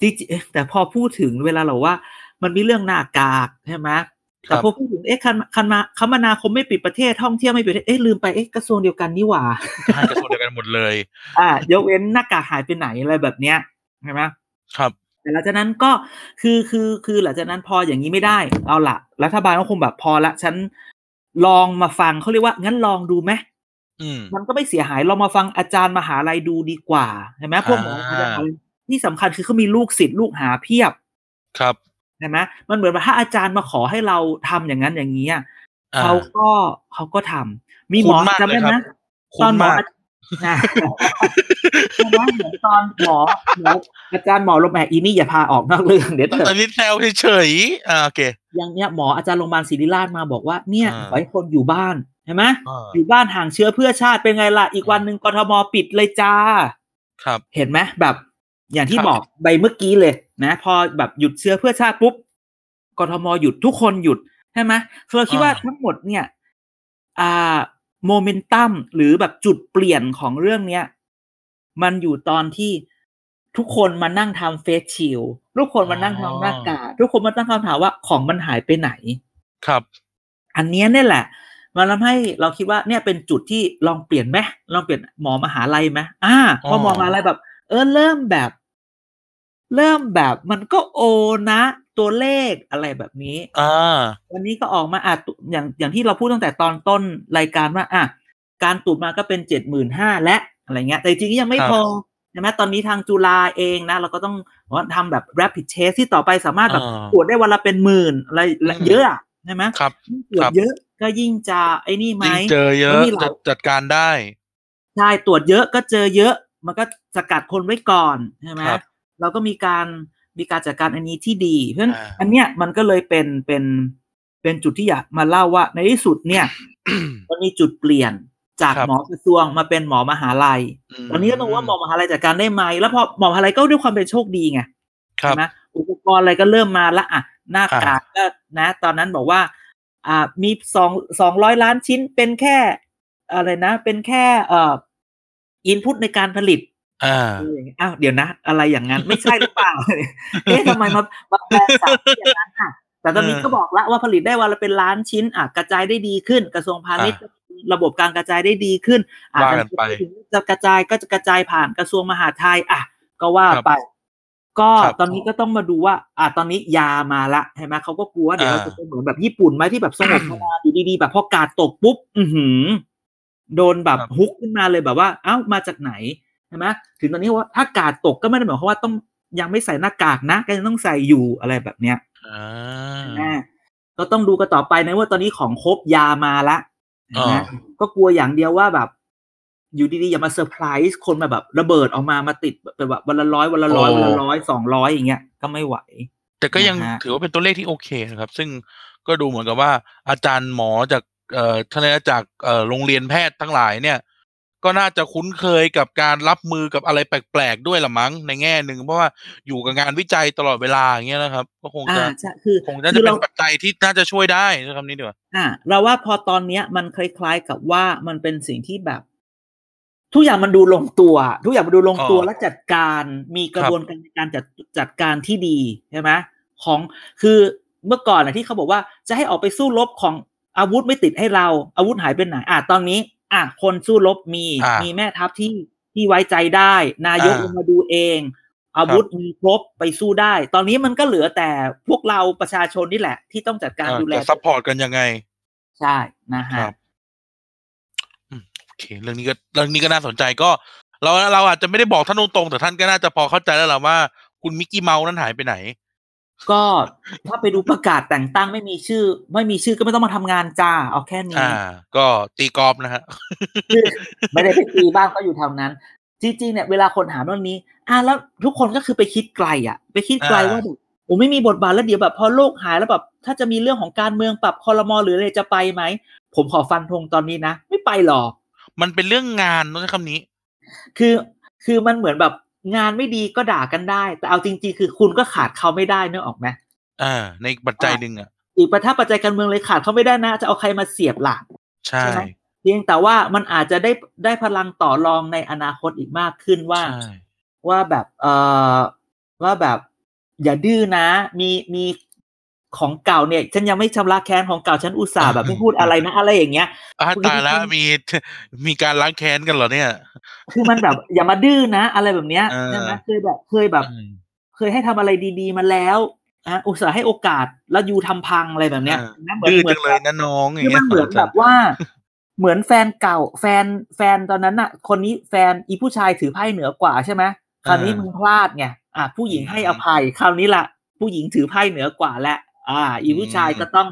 จริงๆ แต่พอพูดถึงเวลาเราว่า มันมีเรื่องหน้ากากใช่ไหม ค แต่ รับ พอพูดถึงเอ๊ะคันคันมาคมนาคมไม่ปิดประเทศท่องเที่ยวไม่ปิดประเทศเอ๊ะลืมไปเอ๊ะกระทรวงเดียวกันนี่หว่า ใช่กระทรวงเดียวกันหมดเลย อ่ายกเว้นหน้ากากหายไปไหนอะไรแบบเนี้ยใช่ไหม ครับ แต่หลังจากนั้นก็คือคือคือหลังจากนั้นพออย่างนี้ไม่ได้ เอาละรัฐบาลก็คงแบบพอละฉันลองมาฟังเขาเรียกว่า งั้นลองดูไหม อืม มันก็ไม่เสียหายลองมาฟังอาจารย์มหาลัยดูดีกว่าใช่ไหมพวกหมอ อ่า อาจารย์มหาลัยที่สำคัญคือเขามีลูกศิษย์ลูกหาเพียบ ครับ ใช่ไหมมันเหมือนว่าถ้าอาจารย์มาขอให้เราทำอย่างนั้นอย่างนี้อะ อ่า เขาก็เขาก็ทำมีหมอ คุ้นมาก จำได้ไห เลยค ม รับคุ้ตอน น หมอ มาก นะจำได้เหมือนตอนหมอหมออาจารย์หมอโรงพยาบาลอีนี่อย่าพาออกนอกเรื่องเดี๋ยวเถ แต่ อะ นิดแซวเฉยๆอ่าโอเค อย่างเนี้ยหมออาจารย์โรงพยาบาลศิริราชมาบอกว่าเนี่ย อ่า ขอให้คนอยู่บ้านใช่ไหม อ่า อยู่บ้านห่างเชื้อเพื่อชาติเป็นไงล่ะอีกวันหนึ่งกทมปิดเลยจ้า ครับ เห็นไหมแบบ อย่างที่ ครับ บอกใบเมื่อกี้เลยนะ พอแบบหยุดเชื้อเพื่อชาติปุ๊บกทมหยุดทุกคนหยุดใช่ไหมเราคิดว่าทั้งหมดเนี่ย อ่าโมเมนตัมหรือแบบจุดเปลี่ยนของเรื่องเนี้ย มันอยู่ตอนที่ทุกคนมานั่งทำเฟซชิลทุกคนมานั่งทำหน้ากากทุกคนมาตั้งคำถามว่าของมันหายไปไหน ครับ อันเนี้ยเนี่ยแหละ มันทำให้เราคิดว่าเนี่ยเป็นจุดที่ลองเปลี่ยนไหมลองเปลี่ยนหมอมหาลัยไหมอ่า อ๋อ พอหมอมหาลัยแบบ เออเริ่มแบบ เริ่มแบบมันก็โอนะ ตัวเลขอะไรแบบนี้ อ่า วันนี้ก็ออกมาอ่ะตุอย่างอย่างที่เราพูดตั้งแต่ตอนต้นรายการว่าอ่ะการตรวจมาก็เป็นเจ็ดหมื่นห้าและอะไรเงี้ย แต่จริงๆยังไม่ ครับ พอใช่ไหมตอนนี้ทางจุฬาเองนะ เราก็ต้องว่าทำแบบ rapid test ที่ต่อไปสามารถแบบ อ่า ตรวจได้วันละเป็นหมื่นอะไรและ อืม เยอะอะใช่ไหม ครับ ยิ่งตรวจเยอะก็ยิ่งจะไอ้นี่ไหม ยิ่งเจอเย มัน อะ มีหลาย จะจัดการได้ ใช่ตรวจเยอะก็เจอเยอะ มันก็สกัดคนไว้ก่อนใช่ไหม ครับ เราก็มีการมีการจัดการอันนี้ที่ดีเพราะฉะนั้น อ่า อันเนี้ยมันก็เลยเป็นเป็นเป็นจุดที่อยากมาเล่าว่าในที่สุดเนี่ย มันมีจุดเปลี่ยนจาก ครับ หมอกระทรวงมาเป็นหมอมหาลัย ตอนนี้ก็ต้องว่าหมอมหาลัยจัดการได้ไหมแล้วพอหมอมหาลัยก็ด้วยความเป็นโชคดีไง ครั ใช่ บ ไหมอุปกรณ์อะไรก็เริ่มมาละอ่ะหน้า อ่า กากก็นะ ตอนนั้นบอกว่า อ่ามีสองสองร้อยล้านชิ้นเป็นแค่ อะไรนะ เป็นแค่เอ่ออินพุตในการผลิต อ่า อะไรอย่างเงี้ยอ้าว เดี๋ยวนะ อะไรอย่างนั้น ไม่ใช่หรือเปล่า เอ๊ะทำไมมามาแปลสับอย่างนั้นอ่ะ แต่ แต่ตอนนี้ อืม ก็บอกละว่าผลิตได้วันละเป็นล้านชิ้นอ่ะกระจายได้ดีขึ้น กระทรวงพาณิชย์ก็มีระบบการกระจายได้ดีขึ้นอาจ ว่ากั จะ นไป จะกระจายก็จะกระจายผ่านกระทรวงมหาดไทยอ่ะก็ว่า ครับ ไป ก็ ครับ ตอนนี้ก็ต้องมาดูว่า อ่ะตอนนี้ยามาละใช่ไหมเขาก็กลัวว่าเดี๋ยว อ่า เราจะเป็นเหมือนแบบญี่ปุ่นไหมที่แบบสงบสงบอยู่ดีๆ แบบพอกาดตกปุ๊บ อือหือ โดนแบบ ครับ ฮุกขึ้นมาเลยแบบว่า เอ้ามาจากไหนใช่ไหมถึงตอนนี้ว่าถ้ากาดตกก็ไม่ได้หมายความว่าต้องยังไม่ใส่หน้ากากนะก็ยังต้องใส่อยู่อะไรแบบเนี้ย อ่า อ่าก็ต้องดูกันต่อไปนะว่าตอนนี้ของครบยามาละ อ่า นะก็กลัวอย่างเดียวว่าแบบ อยู่ดีๆ อย่ามาเซอร์ไพรส์คนมาแบบระเบิดออกมามาติดแบบแบบวันละร้อยวันละร้อย โอ้ วันละร้อยสองร้อยอย่างเงี้ยก็ไม่ไหว แต่ก็ยัง นะฮะ ถือว่าเป็นตัวเลขที่โอเคนะครับ ซึ่งก็ดูเหมือนกับว่า อาจารย์หมอจากเอ่อท่านอาจากเอ่อโรงเรียนแพทย์ทั้งหลายเนี่ย ก็น่าจะคุ้นเคยกับการรับมือกับอะไรแปลกๆด้วยละมั้งในแง่หนึ่งเพราะว่าอยู่กับงานวิจัยตลอดเวลาอย่างเงี้ยนะครับ ก็คง อ่า จะ ใช่คือ คงน่า คื จะ อ เป็ เรา นปัจจัยที่น่าจะช่วยได้นะครับนี้เดี๋ยวา อ่ะเราว่าพอตอนเนี้ยมันคล้ายๆกับว่ามันเป็นสิ่งที่แบบ ทุกอย่างมันดูลงตัว ทุกอย่างมันดูลงตัว อ๋อ และจัดการมีกระ ครับ บวนการในการจัดจัดการที่ดีใช่ไหมของคือเมื่อก่อนนะที่เขาบอกว่าจะให้ออกไปสู้รบของอาวุธไม่ติดให้เรา อาวุธหายไปไหนอ่ะตอนนี้ อ่ะคนสู้รบมี อ่ะ มีแม่ทัพที่ที่ไว้ใจได้ นายก อ่ะ ลงมาดูเอง อาวุธมีครบไปสู้ได้ ตอนนี้มันก็เหลือแต่พวกเราประชาชนนี่แหละ ที่ต้องจัดการ เอ่อ ดูแล จะซัพพอร์ตกันยังไง ใช่นะฮะ ครับ อืมโอเค เรื่องนี้ก็เรื่องนี้ก็น่าสนใจก็ เราเราอาจจะไม่ได้บอกท่านตรงๆแต่ท่านก็น่าจะพอเข้าใจแล้วล่ะว่า คุณมิกกี้เมาส์นั้นหายไปไหน ก็ถ้าไปดูประกาศแต่งตั้งไม่มีชื่อ ไม่มีชื่อก็ไม่ต้องมาทำงานจ้าเอาแค่นี้ อ่า ก็ตีกอล์ฟนะฮะ คือไม่ได้ไปตีบ้างก็อยู่แถวนั้น จริงๆเนี่ยเวลาคนถามเรื่องนี้ อ่าแล้วทุกคนก็คือไปคิดไกลอ่ะ ไปคิดไกลว่าแบบโอ้ไม่มีบทบาทแล้วเดี๋ยวแบบพอโลกหายแล้วแบบถ้าจะมีเรื่องของการเมืองปรับคอรมอหรืออะไรจะไปไหม ผมขอฟันธงตอนนี้นะ ไม่ไปหรอก มันเป็นเรื่องงานต้องใช้คำนี้ คือคือมันเหมือนแบบงานไม่ดีก็ด่ากันได้ แต่เอาจริง ๆ คือคุณก็ขาดเขาไม่ได้เนกออกไหม อ่า ในอีกปัจจัยหนึ่งอ่ะ อีกประทับปัจจัยการเมืองเลยขาดเขาไม่ได้นะจะเอาใครมาเสียบหลัก ใช่ ใช่ไหม เพียงแต่ว่ามันอาจจะได้ได้พลังต่อรองในอนาคตอีกมากขึ้นว่า ใช่ ว่าแบบเอ่อว่าแบบอย่าดื้อนะ มีมีของเก่าเนี่ย ฉันยังไม่ชำระแค้นของเก่าฉันอุตส่าห์แบบไม่พูดอะไรนะ อะไรอย่างเงี้ย อ่า คุณ ตายแล้ว คุณ มี มีการล้างแค้นกันเหรอเนี่ย คือมันแบบ อย่ามาดื้อนะ อะไรแบบเนี้ย เออ ใช่ไหมเคยแบบเคยแบบ อืม เคยให้ทำอะไรดี ๆ มาแล้วอ่ะอุตส่าห์ให้โอกาสแล้วยูทำพังอะไรแบบเนี้ยนะหมืน ดื้อ หมื จังเลนยนะน้องอย่าง คือ เงี้ มั ย นเหมือนแบบว่า เหมือนแฟนเก่า แฟนแฟนตอนนั้นน่ะ คนนี้แฟนอีผู้ชายถือไพ่เหนือกว่าใช่ไหมคราวนี้มึงพลาดไงอ่ะผู้หญิงให้อภัย คราวนี้ละผู้หญิงถือไพ่เหนือกว่าแหละอ่า อีผู้ชายก็ต้อง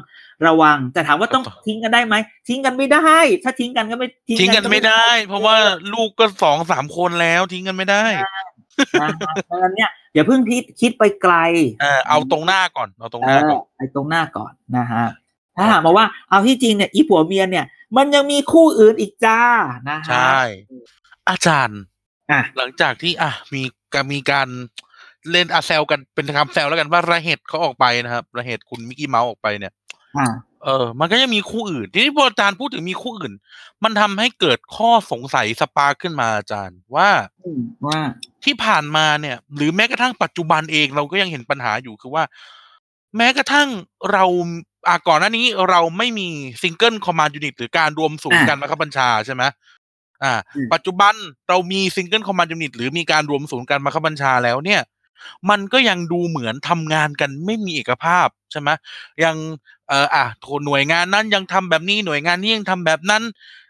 ระวัง แต่ถามว่าต้องทิ้งกันได้ไหมทิ้งกันไม่ได้ ถ้าทิ้งกันก็ไม่ ทิ้งกันไม่ได้ เพราะว่าลูกก็สองสามคนแล้วทิ้งกันไม่ได้ นะฮะดังนั้นเนี่ยอย่าเพิ่งคิดคิดไปไกล อ่าเอาตรงหน้าก่อนเอาตรง เอ หน้าก่อ อน ไอ้ตรงหน้าก่อนนะฮะถ้าถามมาว่าเอาที่จริงเนี่ยอีผัวเมียเนี่ย มันยังมีคู่อื่นอีกจ้านะฮะ ใช่ อาจารย์ อ่ะ หลังจากที่อ่ะมีการมีการเล่นอาแซลกันเป็นคำแซวแล้วกันว่าระเหตุเขาออกไปนะครับระเหตุคุณมิกกี้เมาส์ออกไปเนี่ย อ่า เออ มันก็ยังมีคู่อื่น ทีนี้พออาจารย์พูดถึงมีคู่อื่น มันทำให้เกิดข้อสงสัยสปาร์คขึ้นมาอาจารย์ว่า อืมว่า ที่ผ่านมาเนี่ย หรือแม้กระทั่งปัจจุบันเองเราก็ยังเห็นปัญหาอยู่คือว่า แม้กระทั่งเราอ่ะก่อนหน้านี้เราไม่มีซิงเกิลคอมมานด์ยูนิตหรือการรวมศูนย์การบังคับบัญชาใช่ไหมอ่า ปัจจุบันเรามีซิงเกิลคอมมานด์ยูนิตหรือมีการรวมศูนย์การบังคับบัญชาแล้วเนี่ย มันก็ยังดูเหมือนทำงานกันไม่มีเอกภาพใช่ไหมยังเอ่ออ่ะหน่วยงานนั้นยังทำแบบนี้หน่วยงานนี้ยังทำแบบนั้น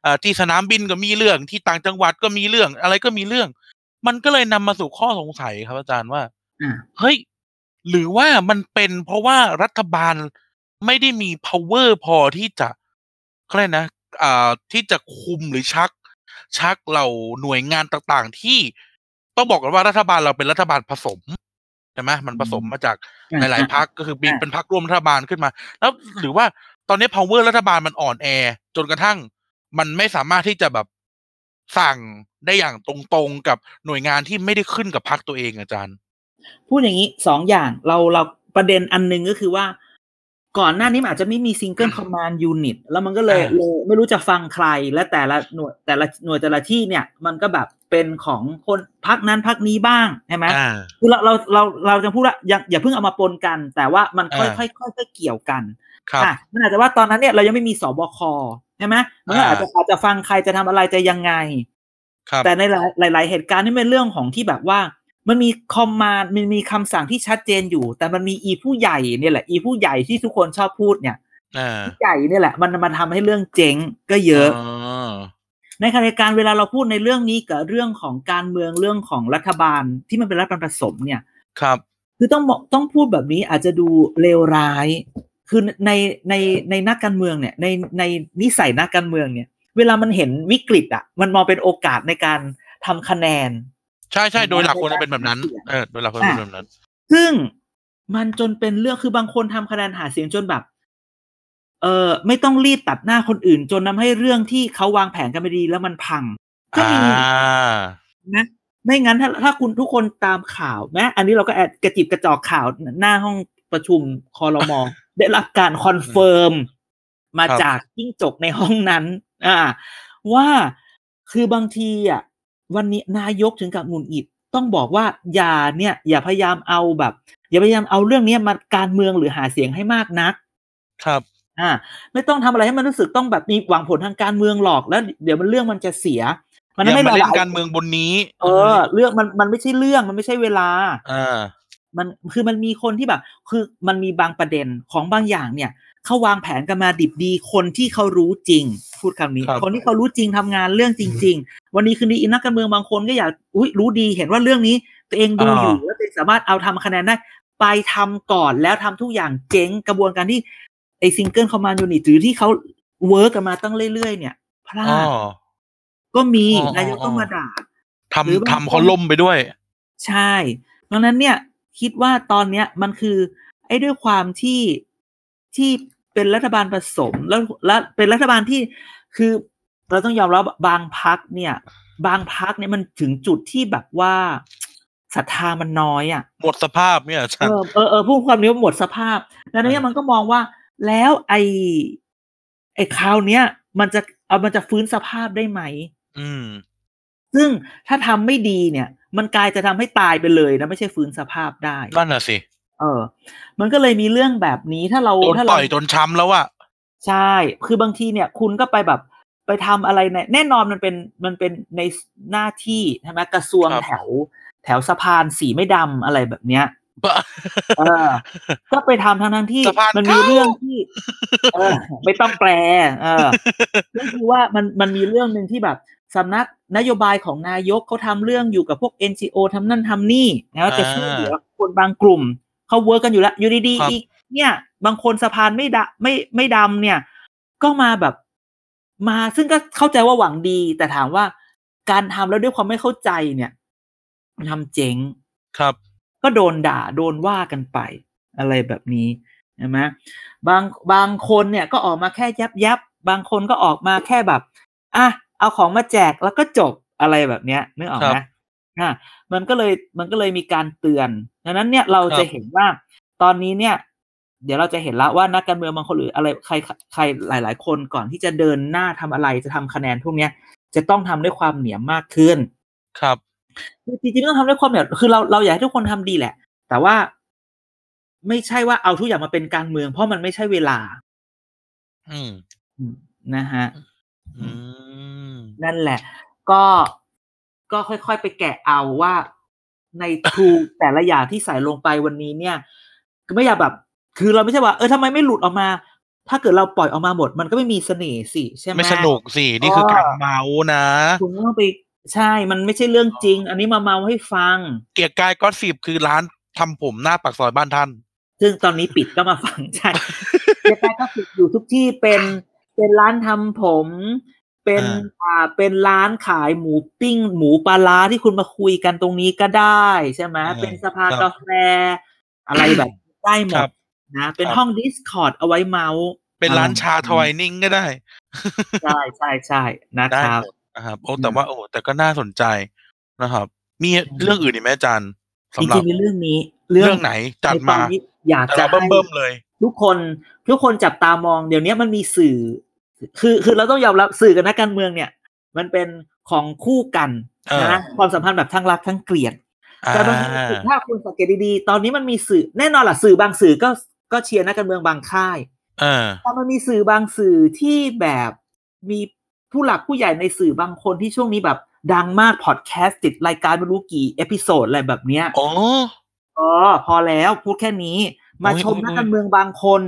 เอ่อที่สนามบินก็มีเรื่องที่ต่างจังหวัดก็มีเรื่อง อะไรก็มีเรื่อง มันก็เลยนำมาสู่ข้อสงสัยครับอาจารย์ว่า อ่า เฮ้ย หรือว่ามันเป็นเพราะว่ารัฐบาลไม่ได้มี power พอที่จะเขาเรียกนะอ่าที่จะคุมหรือชัก ชักเหล่าหน่วยงานต่าง ๆ ที่ต้องบอกกันว่ารัฐบาลเราเป็นรัฐบาลผสมใช่ไหมมันผสมมาจากหลายๆพักก็คือมีเป็นพักร่วมรัฐบาลขึ้นมา แล้วหรือว่าตอนนี้ power รัฐบาลมันอ่อนแอ จนกระทั่ง มันไม่สามารถที่จะแบบสั่งได้อย่างตรงๆกับหน่วยงานที่ไม่ได้ขึ้นกับพักตัวเองอาจารย์ พูดอย่างนี้สองอย่างเราเราประเด็นอันหนึงก็คือว่า ก่อนหน้านี้มันอาจจะไม่มีซิงเกิลคอมมานด์ยูนิตแล้วมันก็เลย อ่า เลยไม่รู้จะฟังใครและแต่ละหน่วยแต่ละหน่วยแต่ละที่เนี่ย มันก็แบบ เป็นของคนพักนั้นพักนี้บ้างใช่ไหม อ่า คือเราเราเราเราจะพูดว่าอย่าอย่าเพิ่งเอามาปนกัน แต่ว่ามันค่อย อ่า ค่อยค่อยค่อยเกี่ยวกัน ครับ อ่ะมันอาจจะว่าตอนนั้นเนี่ยเรายังไม่มีสบคใช่ไหมมันก็ อ่า อาจจะอาจจะฟังใครจะทำอะไรจะยังไง ครับ แต่ในหลายหลาย ๆ เหตุการณ์นี่เป็นเรื่องของที่แบบว่า มันมีคอมมานด์มันมีคำสั่งที่ชัดเจนอยู่ แต่มันมีอีผู้ใหญ่เนี่ยแหละอีผู้ใหญ่ที่ทุกคนชอบพูดเนี่ย อ่า ผู้ใหญ่เนี่ยแหละ มันมาทำให้เรื่องเจ๊งก็เยอะ า ในขณะเดียวกันเวลาเราพูดในเรื่องนี้กับเรื่องของการเมืองเรื่องของรัฐบาลที่มันเป็นรัฐบาลผสมเนี่ย ครับ คือต้องบอกต้องพูดแบบนี้อาจจะดูเลวร้าย คือในในในนักการเมืองเนี่ยในในนิสัยนักการเมืองเนี่ย เวลามันเห็นวิกฤตอ่ะ มันมองเป็นโอกาสในการทำคะแนน ใช่ใช่ มัน โดยหลัก ได้ ควรจะเป็นแบบนั้น ได้เสียง เออโดยหลักควรจะเป็น อ่ะ แบบนั้น ซึ่งมันจนเป็นเรื่องคือบางคนทำคะแนนหาเสียงจนแบบ เออไม่ต้องรีบตัดหน้าคนอื่น จนทำให้เรื่องที่เขาวางแผนกันไม่ดีแล้วมันพัง ก็ อ่า มี นะไม่งั้นถ้าถ้าคุณทุกคนตามข่าวนะอันนี้เราก็แอดกระจิบกระจอกข่าวหน้าห้องประชุมคอร มอ ได้รับการคอนเฟิร์มมา ครับ จากจิ้งจกในห้องนั้น อ่า ว่าคือบางทีอ่ะวันนี้นายกถึงกับหงุนอิดต้องบอกว่าอย่าเนี่ย อย่าพยายามเอาแบบ อย่าพยายามเอาเรื่องเนี้ยมาการเมืองหรือหาเสียงให้มากนัก ครับ อ่า ไม่ต้องทำอะไรให้มันรู้สึกต้องแบบมีหวังผลทางการเมืองหรอกแล้ว เดี๋ยวมันเรื่องมันจะเสีย มัน อย่า ไม่ มา ห เล่ ลาน ยๆ การเมืองบนนี้ เออเรื่องมันมันไม่ใช่เรื่องมันไม่ใช่เวลา อ่า มันคือมันมีคนที่แบบ คือมันมีบางประเด็นของบางอย่างเนี่ยเขาวางแผนกันมาดิบดี คนที่เขารู้จริง พูดคำนี้ ครับ คนที่เขารู้จริงทำงานเรื่องจริง ๆ วันนี้คืนนี้อินนักการเมืองบางคนก็อยากอุ้ยรู้ดีเห็นว่าเรื่องนี้ ตัวเองดูอยู่แล้วตัวเองสามารถเอาทำคะแนนได้ ไปทำก่อนแล้วทำทุกอย่างเจ๊งกระบวนการที่ไอซิงเกิลคอมมานด์ยูนิตหรือที่เขาเวิร์กกันมาตั้งเรื่อยๆ เนี่ยพลา อ๋อ ดก็มี อ๋ออ๋อ นายกต้องมาด่า หรือบาง ทำทำเขา คน ล่มไปด้วย ใช่ดังนั้นเนี่ยคิดว่าตอนเนี้ยมันคือ ไอ้ด้วยความที่ที่เป็นรัฐบาลผสมแล้วและเป็นรัฐบาลที่คือเราต้องยอมรับบางพักเนี่ย บางพักเนี่ยมันถึงจุดที่แบบว่าศรัทธามันน้อยอ่ะ หมดสภาพเนี่ยอาจา เอ รย์ อเออเออพูดความนี้ว่าหมดสภาพแล้วเนี่ย อ่ามั มันก็มองว่า แล้วไอ้ไอ้คราวเนี้ยมันจะเอามันจะฟื้นสภาพได้ไหม อืม ซึ่งถ้าทำไม่ดีเนี่ย มันกลายจะทำให้ตายไปเลยนะไม่ใช่ฟื้นสภาพได้ นั่นน่ะสิ เออ มันก็เลยมีเรื่องแบบนี้ถ้าเรา โดน ถ้า ต่ เรา อยจนช้ำแล้วอะ ใช่ คือบางทีเนี่ย คุณก็ไปแบบไปทำอะไรในแน่นอนมันเป็นมันเป็นในหน้าที่ใช่ไหมกระทรวงแถว แถวสะพานสีไม่ดำอะไรแบบเนี้ย เอ อ ก็ไปทำทั้งทั้งๆที่ สะพาน มันมี เข้า เรื่องที่ เออ ไม่ต้องแปล เออ ก็คือว่ามันมันมีเรื่องหนึ่งที่แบบสำนักนโยบายของนายกเขาทำเรื่องอยู่กับพวก NGO ทำนั่นทำนี่นะจะช่วยเหลือคนบางกลุ่ม เขาเวิร์กกันอยู่แล้ว อยู่ดี ครับๆอีกเนี่ย บางคนสะพานไม่ดะไม่ไม่ดำเนี่ย ก็มาแบบมาซึ่งก็เข้าใจว่าหวังดี แต่ถามว่าการทำแล้วด้วยความไม่เข้าใจเนี่ยมันทำเจ๋ง ครับ ก็โดนด่าโดนว่ากันไป อะไรแบบนี้ใช่ไหมบางบางคนเนี่ยก็ออกมาแค่ยับยับบางคนก็ออกมาแค่แบบอ่ะเอาของมาแจกแล้วก็จบอะไรแบบเนี้ยนึกออกไหคมรับ อ่ะมันก็เลยมันก็เลยมีการเตือนดังนั้นเนี่ยเรา ครับ จะเห็นว่าตอนนี้เนี่ย เดี๋ยวเราจะเห็นละว่านักการเมืองบางคนหรืออะไรใครใครหลาย ๆ คนก่อนที่จะเดินหน้าทำอะไรจะทำคะแนนพวกเนี้ยจะต้องทำด้วยความเหนียมมากขึ้น ครับ คือจริงๆไม่ต้องทำด้วยความเนี่ยคือเราเราอยากให้ทุกคนทำดีแหละ แต่ว่าไม่ใช่ว่าเอาทุกอย่างมาเป็นการเมือง เพราะมันไม่ใช่เวลา อืม อืมนะฮะ อืม นั่นแหละ ก็ก็ค่อยๆไปแกะเอาว่าในครู แต่ละอย่างที่ใส่ลงไปวันนี้เนี่ยคือไม่อยากแบบ คือเราไม่ใช่ว่าเออทำไมไม่หลุดออกมา ถ้าเกิดเราปล่อยออกมาหมด มันก็ไม่มีเสน่ห์สิใช่ไหม ไม่สนุกสิ นี่คือการเมาส์นะ คุณก็ต้องไปใช่ มันไม่ใช่เรื่องจริง อันนี้มาเมาให้ฟัง เกียรติกายก็สิบคือร้านทำผมหน้าปากซอยบ้านท่าน ซึ่งตอนนี้ ปิดก็มาฟัง ใช่เจ๊แป๊กก็ปิดอยู่ทุกที่เป็นเป็นร้านทำผม เป็น อ่า อ่าเป็นร้านขายหมูปิ้ง หมูปลาร้าที่คุณมาคุยกันตรงนี้ก็ได้ ใช่ไหมเป็นสภากาแฟ อะไรแบบนี้ได้หม ครั ด บ นะ เป็น ครับ ห้อง Discord เอาไว้เมาส์ เป็นร้านชาทวายนิ่งก็ได้ ใช่ใช่ใช่นะ ได้ ครับ หมดนะครับโอ้ อืม แต่ว่าโอ้แต่ก็น่าสนใจนะครับ มี อืม เรื่องอื่นอีกไหมอาจารย์ จ สำหรับ ริงๆในเรื่องนี้ เรื่องไหนจัด ในตอ มาน นี้อยาก แต่ จะ เรา ให้ เบิ่มๆเลย ทุกคนทุกคนจับตามองเดี๋ยวนี้มันมีสื่อ คือคือเราต้องยอมรับสื่อกับนักการเมืองเนี่ย มันเป็นของคู่กันนะความสัมพันธ์แบบทั้งรักทั้งเกลียด อ่า แต่บางทีถ้าคุณสังเกตดีๆ ตอนนี้มันมีสื่อแน่นอนล่ะสื่อบางสื่อก็ก็เชียร์นักการเมืองบางค่าย เออ แต่มันมีสื่อบางสื่อที่แบบมีผู้หลักผู้ใหญ่ในสื่อบางคนที่ช่วงนี้แบบดังมากพอดแคสต์ติดรายการไม่รู้กี่เอพิโซดอะไรแบบเนี้ย อ๋อ อ๋อพอแล้วพูดแค่นี้ มา โอ้ย ชม โอ้ย นักการเมืองบางคน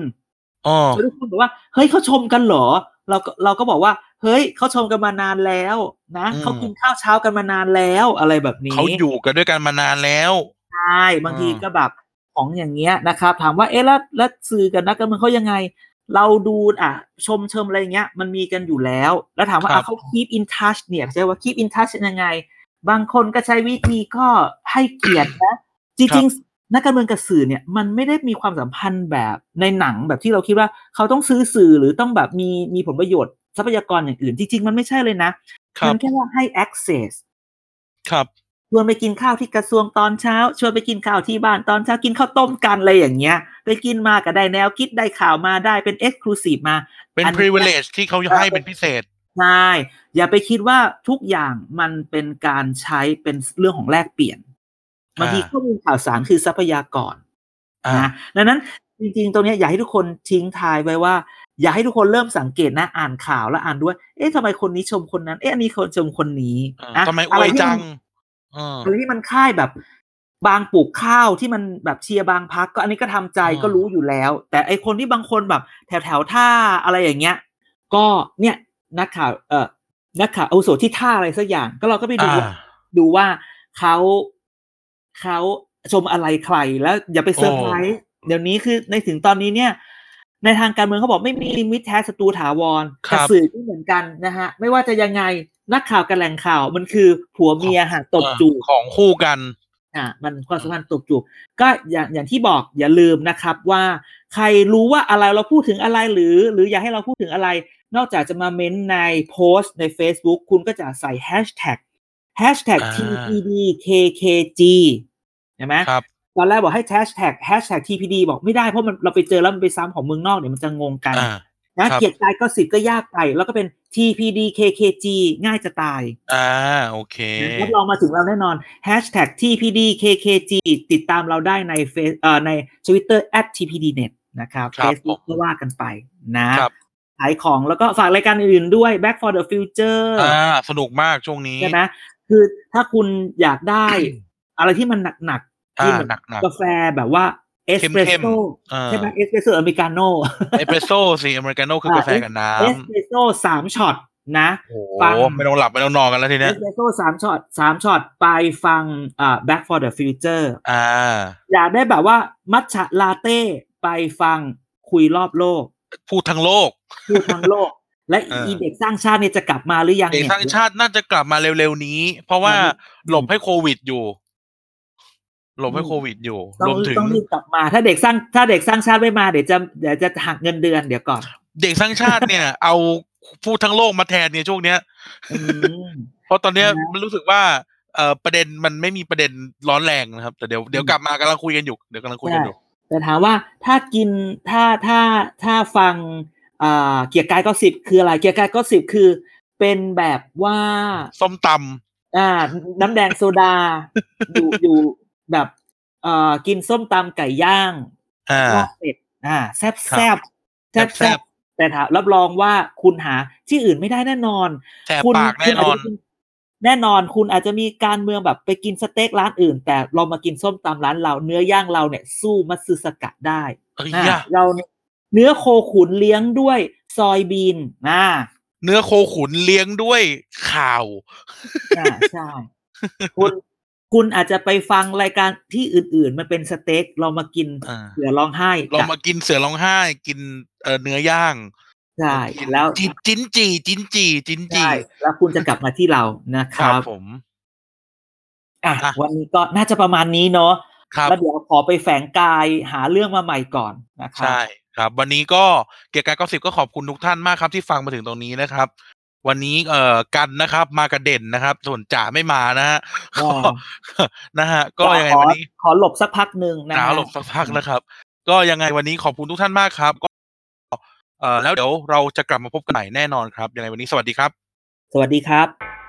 อ๋อ แล้วทุกคนบอกว่าเฮ้ยเขาชมกันเหรอ เราก็เราก็บอกว่า เฮ้ยเขาชมกันมานานแล้วนะ อืม เขากินข้าวเช้ากันมานานแล้วอะไรแบบนี้ เขาอยู่กันด้วยกันมานานแล้ว ใช่บางที อืม ก็แบบของอย่างเงี้ยนะครับ ถามว่าเอ๊ะแล้วแล้วสื่อกันนักการเมืองเขายังไง เราดูอ่ะ ชมเชิมอะไรอย่างเงี้ย มันมีกันอยู่แล้ว แล้วถามว่าอ่ะเขา keep in touch เนี่ยใช่ว่า keep in touch ยังไง บางคนก็ใช้วิธีก็ให้เกียรตินะ จริงๆ นักการเมืองกับสื่อเนี่ยมันไม่ได้มีความสัมพันธ์แบบในหนังแบบที่เราคิดว่าเขาต้องซื้อสื่อหรือต้องแบบมีมีผลประโยชน์ทรัพยากรอย่างอื่น จริง ๆ มันไม่ใช่เลยนะครับ มัแค่ว่าให้ access ครับ ชวนไปกินข้าวที่กระทรวงตอนเช้า ชวนไปกินข้าวที่บ้านตอนเช้ากินข้าวต้มกันอะไรอย่างเงี้ย ไปกินมาก็ได้แนวคิดได้ข่าวมาได้เป็นเอ็กซ์คลูซีฟมา เป็น อันนี้ privilege ที่เขาให้เป็นพิเศษ ใช่อย่าไปคิดว่าทุกอย่างมันเป็นการใช้เป็นเรื่องของแลกเปลี่ยนบางที อ่า ข้อมูลข่าวสารคือทรัพยากร อ่า นะดังนั้นจริงๆ ตรงเนี้ยอยากให้ทุกคนทิ้งทายไว้ว่า อยากให้ทุกคนเริ่มสังเกตนะอ่านข่าวแล้วอ่านด้วย เอ๊ะทำไมคนนี้ชมคนนั้น เอ๊ะอันนี้คนชมคนนี้นะ ทำไมอ อะไร วย ที่ จั มั ง น อ่า อะไรที่มันค่ายแบบบางปลูกข้าวที่มันแบบเชียร์บางพักก็อันนี้ก็ทำใจ อืม ก็รู้อยู่แล้ว แต่ไอคนที่บางคนแบบ แถวแถวท่าอะไรอย่างเงี้ย ก็เนี่ยนักข่าวเอ่อนักข่าวอาวุโสที่ท่าอะไรสักอย่าง ก็เราก็ไปดู อ่า ว่าดูว่าเขาเขาชมอะไรใครแล้วอย่าไปเซอร์ไพรส์เดี๋ยวนี้คือในถึงตอนนี้เนี่ย ในทางการเมืองเขาบอกไม่มีลิมิตแท้ศัตรูถาวร ครั แต่ บ สื่อก็เหมือนกันนะฮะ ไม่ว่าจะยังไงนักข่าวกับแหล่งข่าวมันคือผัวเมียหักตบจูบ ของคู่กัน อ่ะมันความสัมพันธ์ตบจูบก็อย่างอย่างที่บอกอย่าลืมนะครับว่าใครรู้ว่าอะไรเราพูดถึงอะไรหรือ หรืออยากให้เราพูดถึงอะไร นอกจากจะมาเม้นในโพสต์ใน Facebook คุณก็จะใส่แฮชแท็กแฮชแท็ก อ่า TPDKKG ใช่ไหม ครับ ตอนแรกบอกให้แฮชแท็กแฮชแท็ก TPD บอกไม่ได้เพราะมันเราไปเจอแล้วมันไปซ้ำของเมืองนอกเดี๋ยวมันจะงงกัน อ่า นะครับ เกลียดกายก็สิบก็ยากไป แล้วก็เป็น TPDKKG ง่ายจะตาย อ่า โอเค รับรองมาถึงเราแน่นอน Hashtag #tpdkkg ติดตามเราได้ในเฟซเอ่อใน Twitter @tpdnet นะครับ ครับ Facebook ก็ว่ากันไปนะครับ ขายของแล้วก็ฝากรายการอื่นๆด้วย Back for the Future อ่า สนุกมากช่วงนี้ ใช่ไหมคือถ้าคุณอยากได้ อะไรที่มันหนักๆ อ่า ที่เหมือน หนักหนัก กาแฟแบบว่าเอสเปรส เข้ม โซ่ ๆอ่า ใช่ไหมเอสเปรสโซ่อเมริกาโน่ เอสเปรสโซ่สิอเมริกาโน่คือกาแฟกับน้ เอสเปรสโซ่สามช็อตนะ ำโอ้ ฟัง โหไม่ต้องหลับไม่ต้องนอนกันแล้วที เอ เนี้ย สเปรสโซ่สามช็อตสามช็อตไปฟังอ่า Back for the Future อ่า อยากได้แบบว่ามัทฉะลาเต้ไปฟังคุยรอบโลก พูดทั้งโลก พูดทั้งโล ก และ เอออี อีเด็กสร้างชาติเนี่ยจะกลับมาหรือยัง เด็ก เนี่ย สร้างชาติน่าจะกลับมาเร็วๆนี้ เพราะว่า อืม หลบให้โควิดอยู่ หลบให้ อืม โควิดอยู่ ต้อ รง วมถึง ต้องรีบกลับมา ถ้าเด็กสร้างถ้าเด็กสร้างชาติไม่มาเดี๋ยวจะเดี๋ยวจะหักเงินเดือนเดี๋ยว ก่อน เด็กสร้างชาติเนี่ย เอาพูดทั้งโลกมาแทนเนี่ยช่วงเนี้ย อืม เพราะตอนเนี้ย นะ มันรู้สึกว่าเอ่อประเด็นมันไม่มีประเด็นร้อนแรงนะครับ แต่เดี๋ยวเดี๋ยวกลับมากำลังคุยกันอยู่เดี๋ยวกำลังคุยกันอยู่ แต่ถามว่าถ้ากินถ้าถ้าถ้าฟังอ่าเกียร์กายก็สิบคืออะไรเกียร์กายก็สิบคือ เป็นแบบว่า ส้มตำ อ่าน้ำแดงโซดา อยู่อยู่แบบเอ่อกินส้มตำไก่ย่าง อ่า ลาบเป็ดอ่าแซบแซบแซบ แซ่ แซ บ บแต่ถามรับรองว่าคุณหาที่อื่นไม่ได้แน่นอน แต่ คุณ ปากแน่นอน คุณาจจะกิแน่นอนคุณอาจจะมีการเมืองแบบไปกินสเต็กร้านอื่น แต่เรามากินส้มตำร้านเราเนื้อย่างเราเนี่ยสู้มัตสึสกะได้ เอ้ย นะ ยะ เราเนี่ยเนื้อโคขุนเลี้ยงด้วยซอยบีนนะ เนื้อโคขุนเลี้ยงด้วยข่าว อ่าใช่ คุณคุณอาจจะไปฟังรายการที่อื่น ๆ มันเป็นสเต็กเรามากิน อ่า เสือร้องไห้ เรา กับ มากินเสือร้องไห้ กินเอ่อเนื้อย่าง ใช่แล้ว จินจิ้นจีจิ้นจีจิ้นจี ใช่แล้วคุณจะกลับมาที่เรานะค ครั รั บบ ผม อ่ะ อ่ะ วันนี้ก็น่าจะประมาณนี้เนาะ ครับ แล้วเดี๋ยวขอไปแฝงกายหาเรื่องมาใหม่ก่อนนะครับ ใช่ครับ วันนี้ก็เกียรติการกอสิบก็ขอบคุณทุกท่านมากครับ ที่ฟังมาถึงตรงนี้นะครับ วันนี้เอ่อกันนะครับ มากระเด่นนะครับ ส่วนจ่าไม่มานะฮ ะก็ นะฮะ ก็ยังไง ขอ วันนี้ ขอหลบสักพักหนึ่งนะ หนาวหลบสักพักนะครับ ก็ยังไงวันนี้ขอบคุณทุกท่านมากครับ ก็เอ่อแล้วเดี๋ยวเราจะกลับมาพบกันใหม่แน่นอนครับยังไงวันนี้สวัสดีครับ สวัสดีครับ